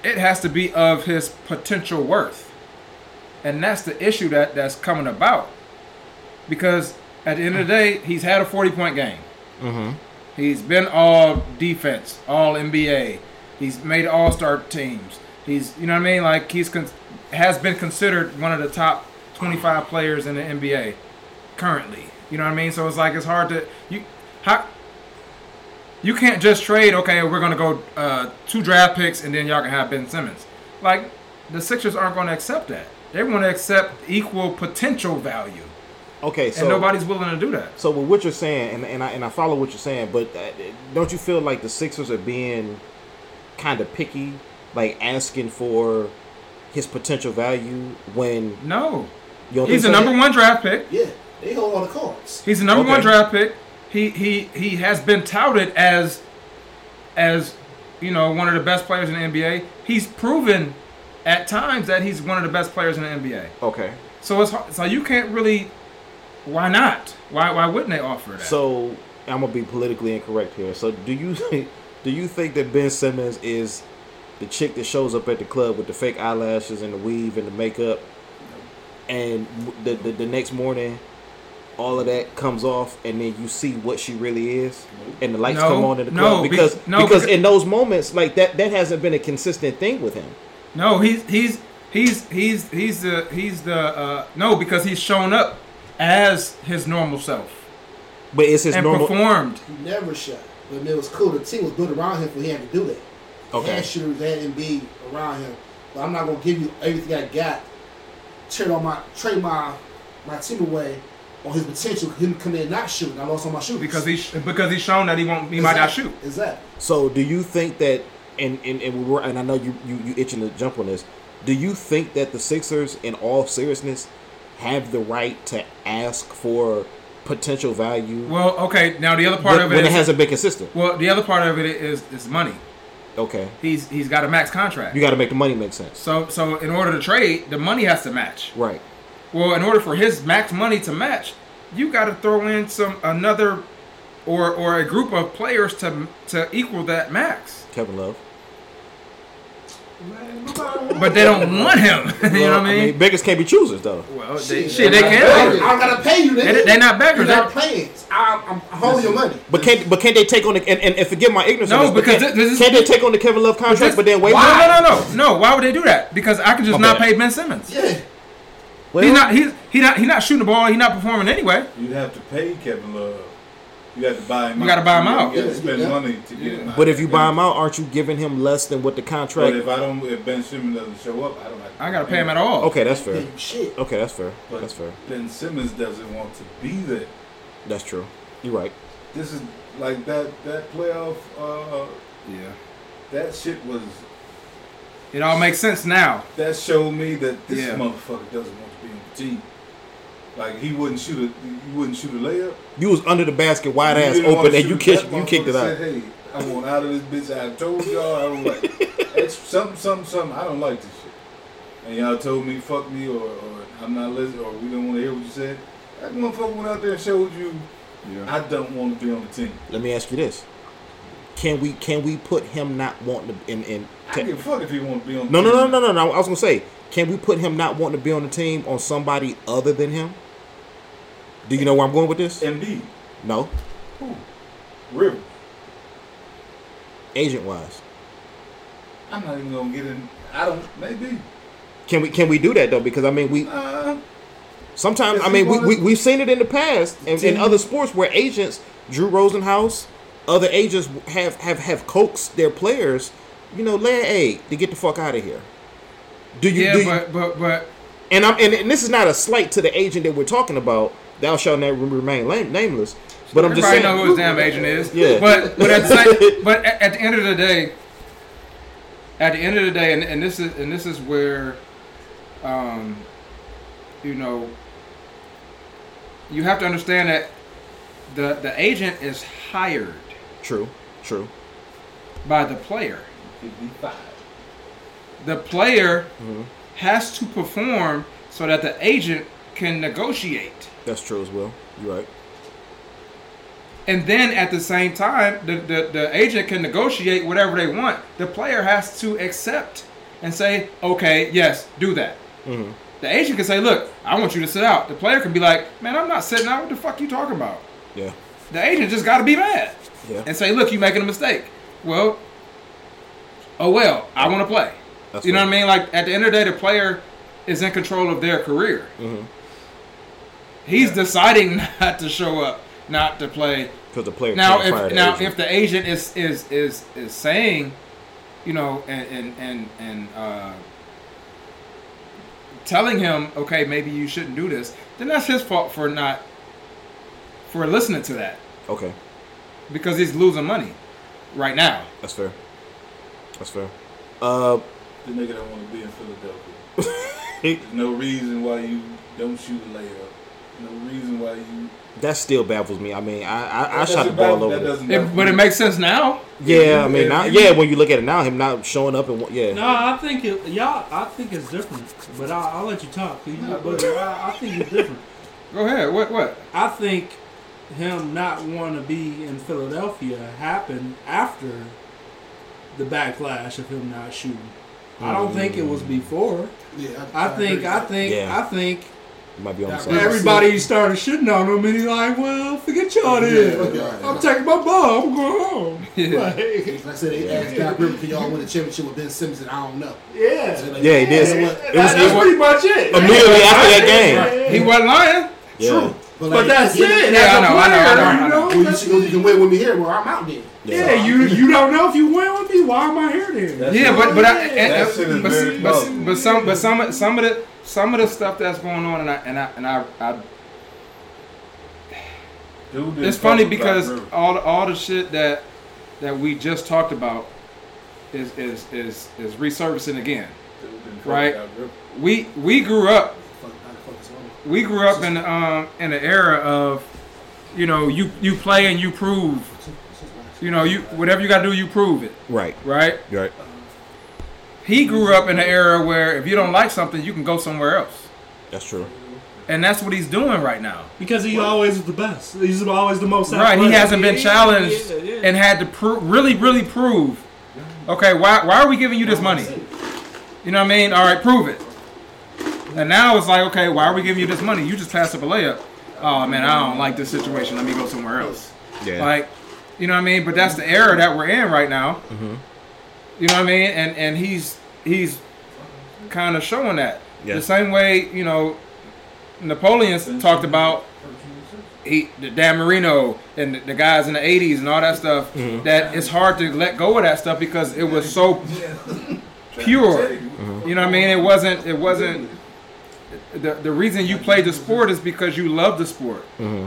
Speaker 4: it has to be of his potential worth. And that's the issue that, that's coming about. Because at the end of the day, he's had a 40 point game. He's been all defense, all NBA. He's made all star teams. He's, you know what I mean? Like, he's con- has been considered one of the top 25 players in the NBA currently. You know what I mean? So it's like, it's hard to, you, how, you can't just trade. Okay, we're gonna go uh, two draft picks and then y'all can have Ben Simmons. Like the Sixers aren't gonna accept that. They want to accept equal potential value,
Speaker 2: Okay. So
Speaker 4: and nobody's willing to do that.
Speaker 2: So with what you're saying, and, and I and I follow what you're saying, but uh, don't you feel like the Sixers are being kind of picky, like asking for his potential value when
Speaker 4: No,
Speaker 2: you don't
Speaker 4: he's the
Speaker 2: think so?
Speaker 4: number one draft pick.
Speaker 8: Yeah, they hold all the cards.
Speaker 4: He's the number
Speaker 2: Okay.
Speaker 4: one draft pick. He he he has been touted as as you know one of the best players in the NBA. He's proven at times that he's one of the best players in the NBA.
Speaker 2: Okay.
Speaker 4: So it's hard, so you can't really. Why not? Why why wouldn't they offer that?
Speaker 2: So I'm gonna be politically incorrect here. So do you do you think that Ben Simmons is the chick that shows up at the club with the fake eyelashes and the weave and the makeup, and w- the the, the next morning? All of that comes off, and then you see what she really is, and the lights
Speaker 4: No,
Speaker 2: come on in the
Speaker 4: no,
Speaker 2: club
Speaker 4: be-
Speaker 2: because
Speaker 4: no,
Speaker 2: because
Speaker 4: because-
Speaker 2: in those moments like that that hasn't been a consistent thing with him.
Speaker 4: No, he's he's he's he's he's the he's the uh, no because he's shown up as his normal self
Speaker 2: But it's his
Speaker 4: and
Speaker 2: normal.
Speaker 4: performed.
Speaker 8: He never shot. But it was cool. The team was built around him for him to do that. They
Speaker 2: Okay.
Speaker 8: had shooters, they had Embiid around him. But I'm not gonna give you everything I got. Trade on my trade my my team away on his potential. Him come in and not shooting. I lost all my shooters
Speaker 4: Because he's because he's shown that he won't he might not
Speaker 8: Exactly.
Speaker 4: shoot.
Speaker 8: Exactly.
Speaker 2: So do you think that and and and, we were, and I know you, you you itching to jump on this. Do you think that the Sixers, in all seriousness, have the right to ask for potential value
Speaker 4: Well, okay. Now the other part
Speaker 2: when,
Speaker 4: of
Speaker 2: when
Speaker 4: it
Speaker 2: it
Speaker 4: is,
Speaker 2: hasn't been consistent?
Speaker 4: well the other part of it is is money.
Speaker 2: Okay,
Speaker 4: He's he's got a max contract.
Speaker 2: you got to make the money make sense,
Speaker 4: So so in order to trade, the money has to match.
Speaker 2: right?
Speaker 4: Well, in order for his max money to match, you got to throw in some another or or a group of players to to equal that max.
Speaker 2: Kevin Love.
Speaker 4: But they don't want him. you know what I mean?
Speaker 2: beggars can't be choosers though.
Speaker 4: Well, they,
Speaker 8: Shit,
Speaker 4: shit, they
Speaker 8: I'm not
Speaker 4: can.
Speaker 8: begging. I don't gotta pay you. Nigga.
Speaker 4: They- they not beggars.
Speaker 8: You're not paying. I'm, I'm holding your money.
Speaker 2: But can not but can not they take on the and, and, and forgive my ignorance?
Speaker 4: No,
Speaker 2: on this, but
Speaker 4: because
Speaker 2: can,
Speaker 4: this- this is-
Speaker 2: can they take on the Kevin Love contract, but then wait?
Speaker 4: Why? No, no, no, no. Why would they do that? Because I can just
Speaker 2: My
Speaker 4: not
Speaker 2: bad.
Speaker 4: pay Ben Simmons.
Speaker 8: Yeah.
Speaker 2: Well,
Speaker 4: He's not. He's he not. He's not shooting the ball. He's not performing anyway.
Speaker 5: You'd have to pay Kevin Love. You have to buy him.
Speaker 4: You gotta
Speaker 5: out.
Speaker 4: buy him out.
Speaker 5: You gotta spend
Speaker 8: Yeah.
Speaker 5: money to get him. out.
Speaker 2: But if you buy him out, aren't you giving him less than what the
Speaker 5: But
Speaker 2: contract?
Speaker 5: if I don't, if Ben Simmons doesn't show up, I don't. Have to
Speaker 4: I gotta pay him at all.
Speaker 2: Okay, that's fair.
Speaker 8: Then Shit.
Speaker 2: Okay, that's fair.
Speaker 5: But
Speaker 2: That's fair.
Speaker 5: Ben Simmons doesn't want to be there.
Speaker 2: That's true. You're right.
Speaker 5: This is like that that playoff uh,
Speaker 4: Yeah.
Speaker 5: That shit was.
Speaker 4: It all makes sense now.
Speaker 5: That showed me that this
Speaker 4: Yeah.
Speaker 5: motherfucker doesn't want to be on the team. Like he wouldn't shoot a, he wouldn't shoot a layup.
Speaker 2: You was under the basket, wide
Speaker 5: You
Speaker 2: ass
Speaker 5: didn't
Speaker 2: open,
Speaker 5: wanna
Speaker 2: and you
Speaker 5: shoot.
Speaker 2: kicked
Speaker 5: That
Speaker 2: you kicked it
Speaker 5: motherfucker
Speaker 2: out.
Speaker 5: said, hey, I want out of this bitch. I told y'all I don't like. It's some some some. I don't like this shit. And y'all told me fuck me or, or I'm not listening or we don't want to hear what you said. That motherfucker went out there and showed you
Speaker 9: Yeah.
Speaker 5: I don't want to be on the team.
Speaker 2: Let me ask you this: Can we can we put him not wanting to in in?
Speaker 5: I
Speaker 2: te-
Speaker 5: give a fuck if he want to be on. The
Speaker 2: no, no,
Speaker 5: team.
Speaker 2: no, no, no, no. I was gonna say, can we put him not wanting to be on the team on somebody other than him? Do you know where I'm going with this?
Speaker 5: Embiid,
Speaker 2: No,
Speaker 5: River.
Speaker 2: agent wise.
Speaker 5: I'm not even gonna get in. I don't. Maybe.
Speaker 2: Can we can we do that though? Because I mean, we
Speaker 5: Uh,
Speaker 2: Sometimes
Speaker 5: If
Speaker 2: I
Speaker 5: you
Speaker 2: mean we,
Speaker 5: wanna-
Speaker 2: we we've seen it in the past in, in other sports where agents, Drew Rosenhaus, other agents have have have coaxed their players, you know, lay eight to get the fuck out of here. Do you?
Speaker 4: Yeah,
Speaker 2: do you-
Speaker 4: but but but
Speaker 2: and I'm and, and this is not a slight to the agent that we're talking about. Thou shalt not remain lame, nameless. But I'm just
Speaker 4: everybody
Speaker 2: saying.
Speaker 4: know who his damn agent is.
Speaker 2: Yeah.
Speaker 4: But but at the same, but at, at the end of the day, at the end of the day, and, and this is and this is where, um, you know, you have to understand that the the agent is hired
Speaker 2: True, true.
Speaker 4: by the player. The player
Speaker 2: Mm-hmm.
Speaker 4: has to perform so that the agent can negotiate.
Speaker 2: That's true as well. You're right.
Speaker 4: And then at the same time, the, the, the agent can negotiate whatever they want. The player has to accept and say, okay, yes, do that. The agent can say, look, I want you to sit out. The player can be like, man, I'm not sitting out. What the fuck you talking about?
Speaker 2: Yeah,
Speaker 4: The agent just got to be mad
Speaker 2: yeah.
Speaker 4: and say, look, you making a mistake. Well, oh well, I want to play.
Speaker 2: That's
Speaker 4: you know
Speaker 2: right.
Speaker 4: what I mean? Like at the end of the day, the player is in control of their career.
Speaker 2: Mm-hmm.
Speaker 4: He's deciding not to show up, not to play,
Speaker 2: Because the player
Speaker 4: now
Speaker 2: can't fire
Speaker 4: if
Speaker 2: the
Speaker 4: now
Speaker 2: agent.
Speaker 4: if the agent is is is is saying you know and and and, and uh telling him okay maybe you shouldn't do this then that's his fault for not for listening to that
Speaker 2: okay,
Speaker 4: because he's losing money right now
Speaker 2: that's fair. That's fair. Uh,
Speaker 5: the nigga don't want to be in Philadelphia. There's no reason why you don't shoot a layup. No reason why you.
Speaker 2: that still baffles me. I mean, I I, I
Speaker 5: That's
Speaker 2: shot the
Speaker 5: about-
Speaker 2: ball over.
Speaker 5: That
Speaker 2: the-
Speaker 5: doesn't
Speaker 4: It- but it makes sense now
Speaker 2: Yeah, I
Speaker 5: Yeah,
Speaker 2: mean, now,
Speaker 5: if-
Speaker 2: yeah. When you look at it now, him not showing up and what- yeah,
Speaker 3: No, I think it, y'all. I think it's different, but I, I'll let you talk. You- but I, I think it's different.
Speaker 4: go ahead what what
Speaker 3: I think him not wanting to be in Philadelphia happened after the backlash of him not shooting. I don't think it was before.
Speaker 8: Yeah,
Speaker 3: I think. I think.
Speaker 2: Yeah.
Speaker 3: I think
Speaker 2: you might be on the
Speaker 8: That
Speaker 2: side.
Speaker 8: really-
Speaker 3: everybody started shitting on him, and he's like, "Well, forget y'all then. I'm taking my ball. I'm going home." Like,
Speaker 8: Like I said, they asked Doc River, can y'all win a championship with Ben Simmons? And I don't know.
Speaker 3: yeah.
Speaker 8: So, like,
Speaker 2: Yeah, he did.
Speaker 8: you know what?
Speaker 2: It was,
Speaker 3: That- that's
Speaker 2: it was
Speaker 3: pretty much it.
Speaker 2: immediately after that game.
Speaker 4: he wasn't lying
Speaker 2: Yeah,
Speaker 8: But,
Speaker 3: But
Speaker 8: like,
Speaker 3: that's
Speaker 8: yeah,
Speaker 3: it.
Speaker 4: Yeah,
Speaker 3: As
Speaker 4: I
Speaker 3: a
Speaker 4: know, I know, I know, I
Speaker 3: player, you
Speaker 4: know.
Speaker 3: know,
Speaker 8: Well, you,
Speaker 3: that's
Speaker 8: should, you
Speaker 3: it.
Speaker 8: can win with me here. Well, I'm out then.
Speaker 3: Yeah, you you don't know if you win with me. Why am I here then?
Speaker 4: yeah but but, I, and-
Speaker 5: That
Speaker 4: and-
Speaker 5: shit is
Speaker 4: but,
Speaker 5: very
Speaker 4: but-
Speaker 5: possible.
Speaker 4: but some but some some of the some of the stuff that's going on and I and I and I, I
Speaker 5: Dude didn't
Speaker 4: It's funny
Speaker 5: talk about
Speaker 4: because
Speaker 5: River.
Speaker 4: all all the shit that that we just talked about is is is is resurfacing again.
Speaker 5: Dude didn't talk
Speaker 4: right.
Speaker 5: about River.
Speaker 4: We we grew up
Speaker 8: Fuck, how the fuck is it on?
Speaker 4: we grew up in um in an era of you know you you play and you prove you know you whatever you got to do you prove it
Speaker 2: right,
Speaker 4: right.
Speaker 2: right.
Speaker 4: He grew up in an era where if you don't like something you can go somewhere else,
Speaker 2: That's true.
Speaker 4: and that's what he's doing right now.
Speaker 3: Because he always was the best. He's always the most.
Speaker 4: Right, he
Speaker 3: athletic.
Speaker 4: hasn't been
Speaker 3: Yeah,
Speaker 4: challenged
Speaker 3: yeah, yeah.
Speaker 4: and had to pro- really, really prove. Okay, why, why are we giving you this money? You know what I mean? All right, prove it. And now it's like, okay, why are we giving you this money? You just passed up a layup. Oh man, I don't like this situation. Let me go somewhere else.
Speaker 2: Yeah,
Speaker 4: Like, you know what I mean? But that's the era that we're in right now. You know what I mean? And and he's he's kind of showing that
Speaker 2: Yeah.
Speaker 4: the same way you know Napoleon talked about he the Dan Marino and the, the guys in the '80s and all that stuff. That it's hard to let go of that stuff because it was so pure. You know what I mean? It wasn't. It wasn't. The, the reason you played the sport is because you love the sport, and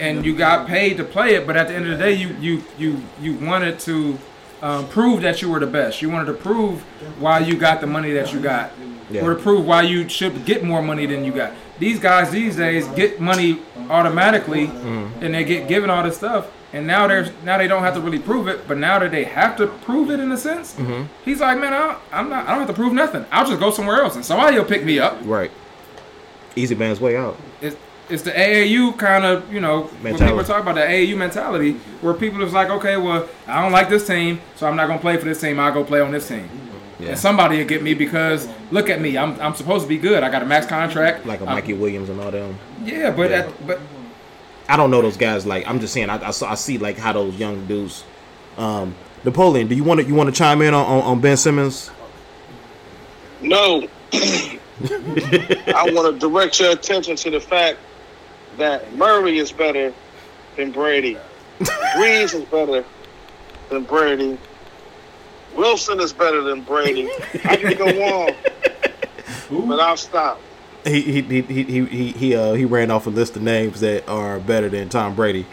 Speaker 4: and you got paid to play it. But at the end of the day, you you you you wanted to um, prove that you were the best. You wanted to prove why you got the money that you got,
Speaker 2: Yeah.
Speaker 4: or to prove why you should get more money than you got. These guys these days get money automatically, and they get given all this stuff. And now there's now they don't have to really prove it, but now that they have to prove it in a sense, he's like, man, I, I'm not, I don't have to prove nothing. I'll just go somewhere else, and somebody will pick me up.
Speaker 2: Right. Easy man's way out.
Speaker 4: it's, it's the AAU kind of, you know, when people
Speaker 2: Mentality.
Speaker 4: talk about the AAU mentality, where people is like, okay, well, I don't like this team, so I'm not gonna play for this team. I'll go play on this team,
Speaker 2: Yeah.
Speaker 4: and somebody will get me because look at me, I'm, I'm supposed to be good. I got a max contract.
Speaker 2: Like a
Speaker 4: I'm-
Speaker 2: Mikey Williams and all them.
Speaker 4: yeah, but
Speaker 2: Yeah.
Speaker 4: At, but
Speaker 2: I don't know those guys. Like I'm just saying, I, I, saw, I see like how those young dudes. Um, Napoleon, do you want to you want to chime in on, on, on Ben Simmons?
Speaker 6: No. I want to direct your attention to the fact that Murray is better than Brady. Breeze is better than Brady. Wilson is better than Brady. I can go on, but I'll stop.
Speaker 2: He he he he he he, he, uh, he ran off a list of names that are better than Tom Brady.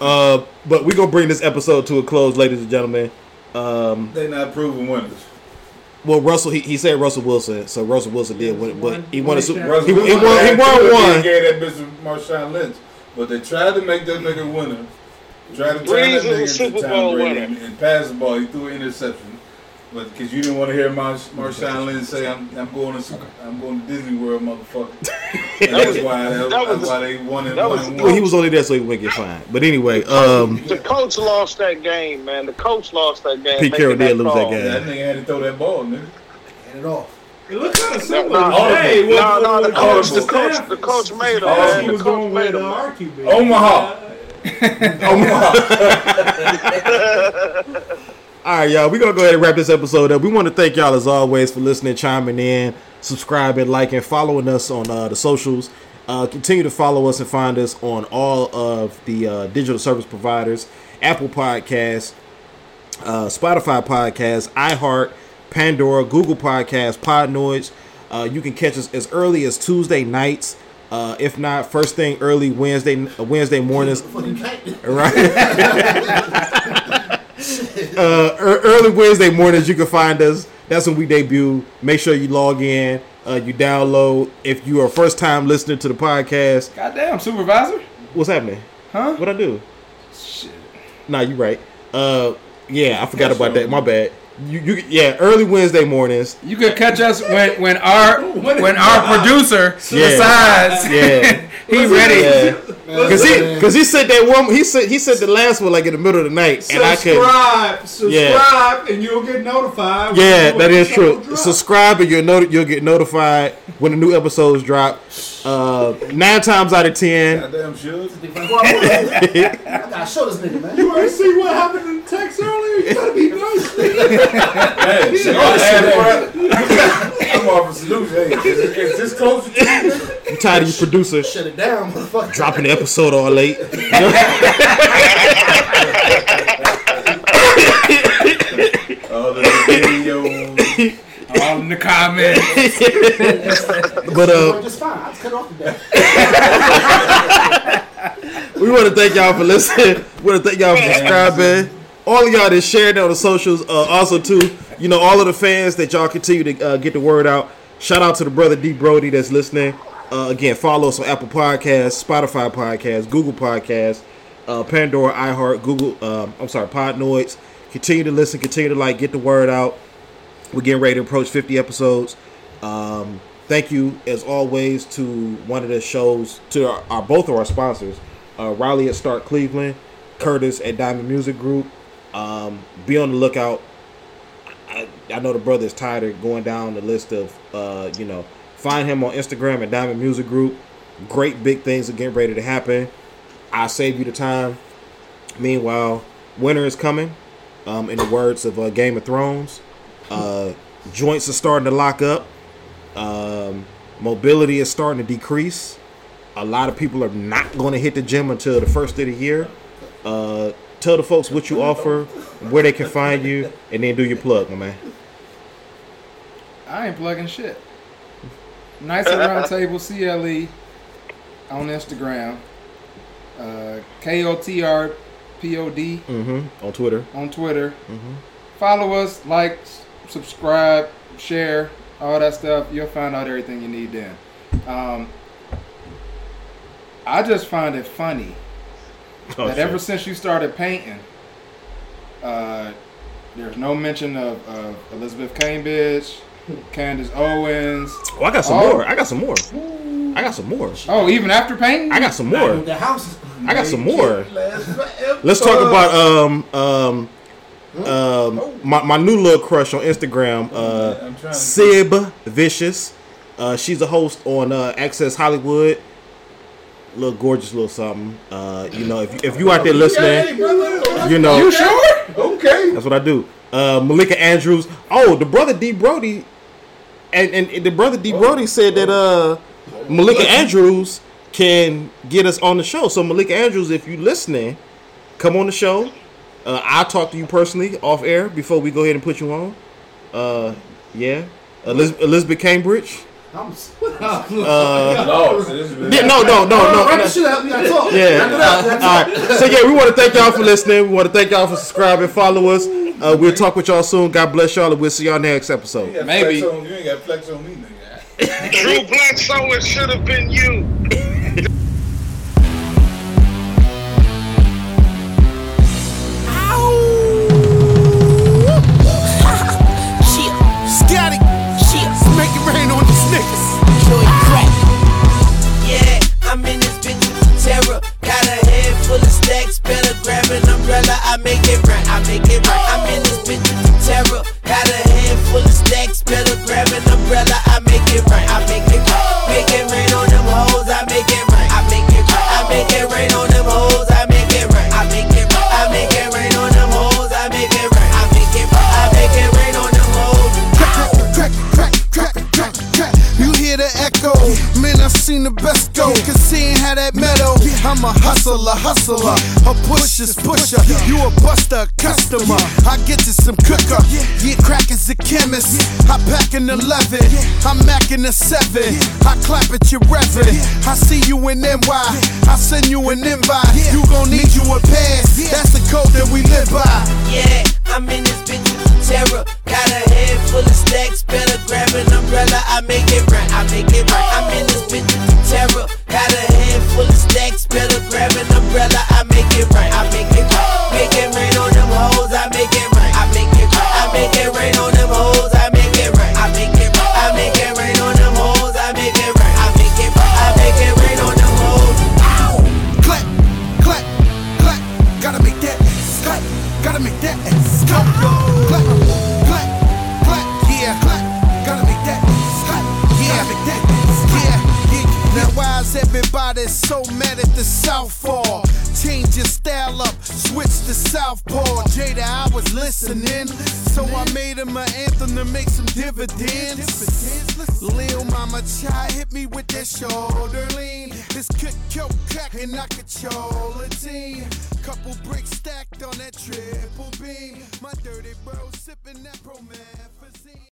Speaker 2: uh, but we gonna bring this episode to a close, ladies and gentlemen. Um,
Speaker 5: They not proven winners.
Speaker 2: well, Russell he, he said Russell Wilson, so Russell Wilson did win, it, but he won a Super.
Speaker 5: Russell
Speaker 2: He, he
Speaker 5: Wilson
Speaker 2: won. He
Speaker 5: had two,
Speaker 2: won
Speaker 5: but They
Speaker 2: one.
Speaker 5: gave that bitch to Marshawn Lynch, but they tried to make that nigga winner. Tried to turn that
Speaker 6: Breeze is a
Speaker 5: nigga
Speaker 6: Super
Speaker 5: into Tom
Speaker 6: Bowl
Speaker 5: Brady
Speaker 6: winner.
Speaker 5: and, and pass the ball. He threw an interception, but because you didn't want to hear Mar- Marshawn Lynch say, "I'm, I'm going to Super- I'm going to Disney World, motherfucker." And that's why that,
Speaker 6: that was-
Speaker 5: that's why they won and
Speaker 6: that
Speaker 5: won
Speaker 6: was-
Speaker 5: and
Speaker 2: Well, he
Speaker 5: won.
Speaker 2: was only there so he wouldn't get fined. But anyway, um,
Speaker 6: The coach lost that game, man. The coach lost that game.
Speaker 2: Pete Carroll
Speaker 6: making
Speaker 2: did lose that
Speaker 6: call.
Speaker 2: game.
Speaker 5: That nigga had to throw that ball, nigga.
Speaker 8: Hand it off.
Speaker 11: It looked kind of
Speaker 6: No,
Speaker 11: similar.
Speaker 6: no,
Speaker 5: Oh, Hey,
Speaker 6: no,
Speaker 5: what-
Speaker 6: no, the
Speaker 5: what-
Speaker 6: coach, the
Speaker 5: what-
Speaker 6: coach, the coach made him.
Speaker 5: All
Speaker 6: man.
Speaker 5: he
Speaker 6: The
Speaker 5: was
Speaker 6: coach made him.
Speaker 5: Omaha. Omaha.
Speaker 2: All right, y'all. We're gonna go ahead and wrap this episode up. We want to thank y'all as always for listening, chiming in, subscribing, liking, following us on uh, the socials. Uh, continue to follow us and find us on all of the uh, digital service providers: Apple Podcasts, uh, Spotify Podcasts, iHeart, Pandora, Google Podcasts, Podnoids. Uh, you can catch us as early as Tuesday nights, uh, if not first thing early Wednesday uh, Wednesday mornings.
Speaker 8: Fucking can't.
Speaker 2: Right. uh, ear- early Wednesday mornings, you can find us. That's when we debut. Make sure you log in, uh, you download. If you are a first time listener to the podcast,
Speaker 4: goddamn, supervisor,
Speaker 2: what's happening?
Speaker 4: huh?
Speaker 2: What I do? Shit. Nah, you right. Uh, yeah, I forgot about that. My bad. You, you, yeah, early Wednesday mornings.
Speaker 4: You could catch us when when our when our producer
Speaker 2: Yeah.
Speaker 4: decides
Speaker 2: Yeah,
Speaker 4: he ready.
Speaker 2: yeah. Cause he, cause he said that one. He said he said the last one like in the middle of the night, and I could.
Speaker 11: subscribe,
Speaker 2: Yeah.
Speaker 11: subscribe, and you'll get notified. when
Speaker 2: Yeah,
Speaker 11: the
Speaker 2: that
Speaker 11: new
Speaker 2: is true.
Speaker 11: episode drops.
Speaker 2: Subscribe and you'll know you'll get notified when the new episodes drop. Uh, nine times out of ten,
Speaker 5: Goddamn sure.
Speaker 8: I gotta show this nigga, man.
Speaker 11: You ain't see what happened in the text earlier. You gotta be nice. nigga.
Speaker 5: Hey, you gotta add that. I'm offering salute. Hey, is this close to you?
Speaker 2: I'm tired of you producer
Speaker 8: Shut it down, motherfucker.
Speaker 2: dropping the episode all late.
Speaker 5: All the videos.
Speaker 4: All in the comments.
Speaker 2: But uh,
Speaker 8: Just fine. I'll cut off the back.
Speaker 2: we want to thank y'all for listening. We want to thank y'all for subscribing. All of y'all that shared on the socials. Uh, also too, you know, all of the fans that y'all continue to uh, get the word out. Shout out to the brother D Brody that's listening. Uh, again, follow us on Apple Podcasts, Spotify Podcasts, Google Podcasts, uh, Pandora, iHeart, Google. Um, I'm sorry, Podnoids. Continue to listen. Continue to like. Get the word out. We're getting ready to approach 50 episodes. Um, thank you, as always, to one of the shows, to our, our both of our sponsors, uh, Riley at Stark Cleveland, Curtis at Diamond Music Group. Um, be on the lookout. I, I know the brother's tired of going down the list of, uh, you know, find him on Instagram at Diamond Music Group. Great big things are getting ready to happen. I save you the time. Meanwhile, winter is coming. Um, in the words of uh, Game of Thrones, uh, joints are starting to lock up. Um, mobility is starting to decrease. A lot of people are not going to hit the gym until the first of the year. Uh, tell the folks what you offer, where they can find you, and then do your plug, my man.
Speaker 4: I ain't plugging shit. Nice at Round Table CLE on Instagram. Uh, K O T R P O D
Speaker 2: Mm-hmm. On Twitter.
Speaker 4: on Twitter. Follow us, like, s- subscribe, share, all that stuff. You'll find out everything you need then. Um, I just find it funny
Speaker 2: Oh,
Speaker 4: that
Speaker 2: shit.
Speaker 4: ever since you started painting, uh, there's no mention of, of Elizabeth Cambridge, Candace Owens.
Speaker 2: Oh, I got some
Speaker 4: Oh.
Speaker 2: more. I got some more. I got some more.
Speaker 4: Oh, even after painting?
Speaker 2: I got some
Speaker 8: Or
Speaker 2: more.
Speaker 8: the house is
Speaker 2: I got some more. Let's talk
Speaker 5: Uh,
Speaker 2: about um um um my, my new little crush on Instagram,
Speaker 5: Hmm? Oh. I'm
Speaker 2: uh
Speaker 5: trying to-
Speaker 2: Sib Vicious. Uh she's a host on uh Access Hollywood. Little gorgeous little something. Uh you know, if if you out there listening, you know
Speaker 4: You sure?
Speaker 2: That's what I do. Uh, Malika Andrews. Oh, the brother D Brody, and, and and the brother D Brody said that uh, Malika Andrews can get us on the show. So Malika Andrews, if you listening, come on the show. Uh, I'll talk to you personally off air before we go ahead and put you on. Uh, yeah, Elizabeth, Elizabeth Cambridge.
Speaker 8: I'm s-
Speaker 5: No, so this is-
Speaker 2: uh, Yeah, no, no, no, no.
Speaker 8: Wrap this shit up. We gotta talk.
Speaker 2: Yeah.
Speaker 8: Wrap it up.
Speaker 2: All right. So yeah, we want to thank y'all for listening. We want to thank y'all for subscribing, follow us. Uh, we'll talk with y'all soon. God bless y'all, and we'll see y'all next episode.
Speaker 5: You ain't got
Speaker 4: Maybe.
Speaker 5: flex on- You ain't got flex on me, nigga.
Speaker 6: Drew Blunt, so it should have been you.
Speaker 12: Shit, static. Shit, make it rain on these niggas. Joy crack. Yeah, I'm in this bitch with the terror. Got a head full of stacks, better grab an umbrella. I make it right, I make it right. I'm in this bitch with the terror. Got a head full of stacks, better grab an umbrella. I make it right, I make it right. Make it rain on them hoes, I make it right, I make it right. I make it rain on them hoes, I make it right, I make it right. I make it rain on them hoes, I make it right, I make it right. I make it rain on them hoes.
Speaker 13: crack, crack, crack, crack, crack. You hear the echo, man. I've seen the best go. Cause seeing how that meadow, I'm a hustler, hustler. A push is pusher, you a buster, customer. I get to some cooker, yeah, crack is a chemist. I pack an 11, I'm macking a 7. I clap at your reverend. I see you in NY, I send you an invite. You gon' need you a pass, that's the code that we live by.
Speaker 12: Yeah, I'm in this bitch with some terror. Got a head full of stacks, better grab an umbrella. I make it right, I make it right. I'm in this bitch with some terror. Got a head full of stacks, better grab an umbrella. I make it right, I make it right. Make it rain on them hoes, I make it right, I make it right. I make it rain on them hoes, I make it right, I make it right. I make it rain on them hoes, I make it right, I make it right. I make it rain on them hoes.
Speaker 13: Ow! Clap, clap, clap. Gotta make that clap. Gotta make that clap. Clap, clap, clap. Yeah, clap. Gotta make that clap. Yeah, make that. Yeah, yeah. Now why is everybody so mad at the Southpaw? Change your style up, switch to Southpaw. Jada, I was listening, so I made him an anthem to make some dividends. Lil Mama Chai hit me with that shoulder lean. This could kill crack and I control a team. Couple bricks stacked on that triple beam. My dirty bro sipping that promethazine.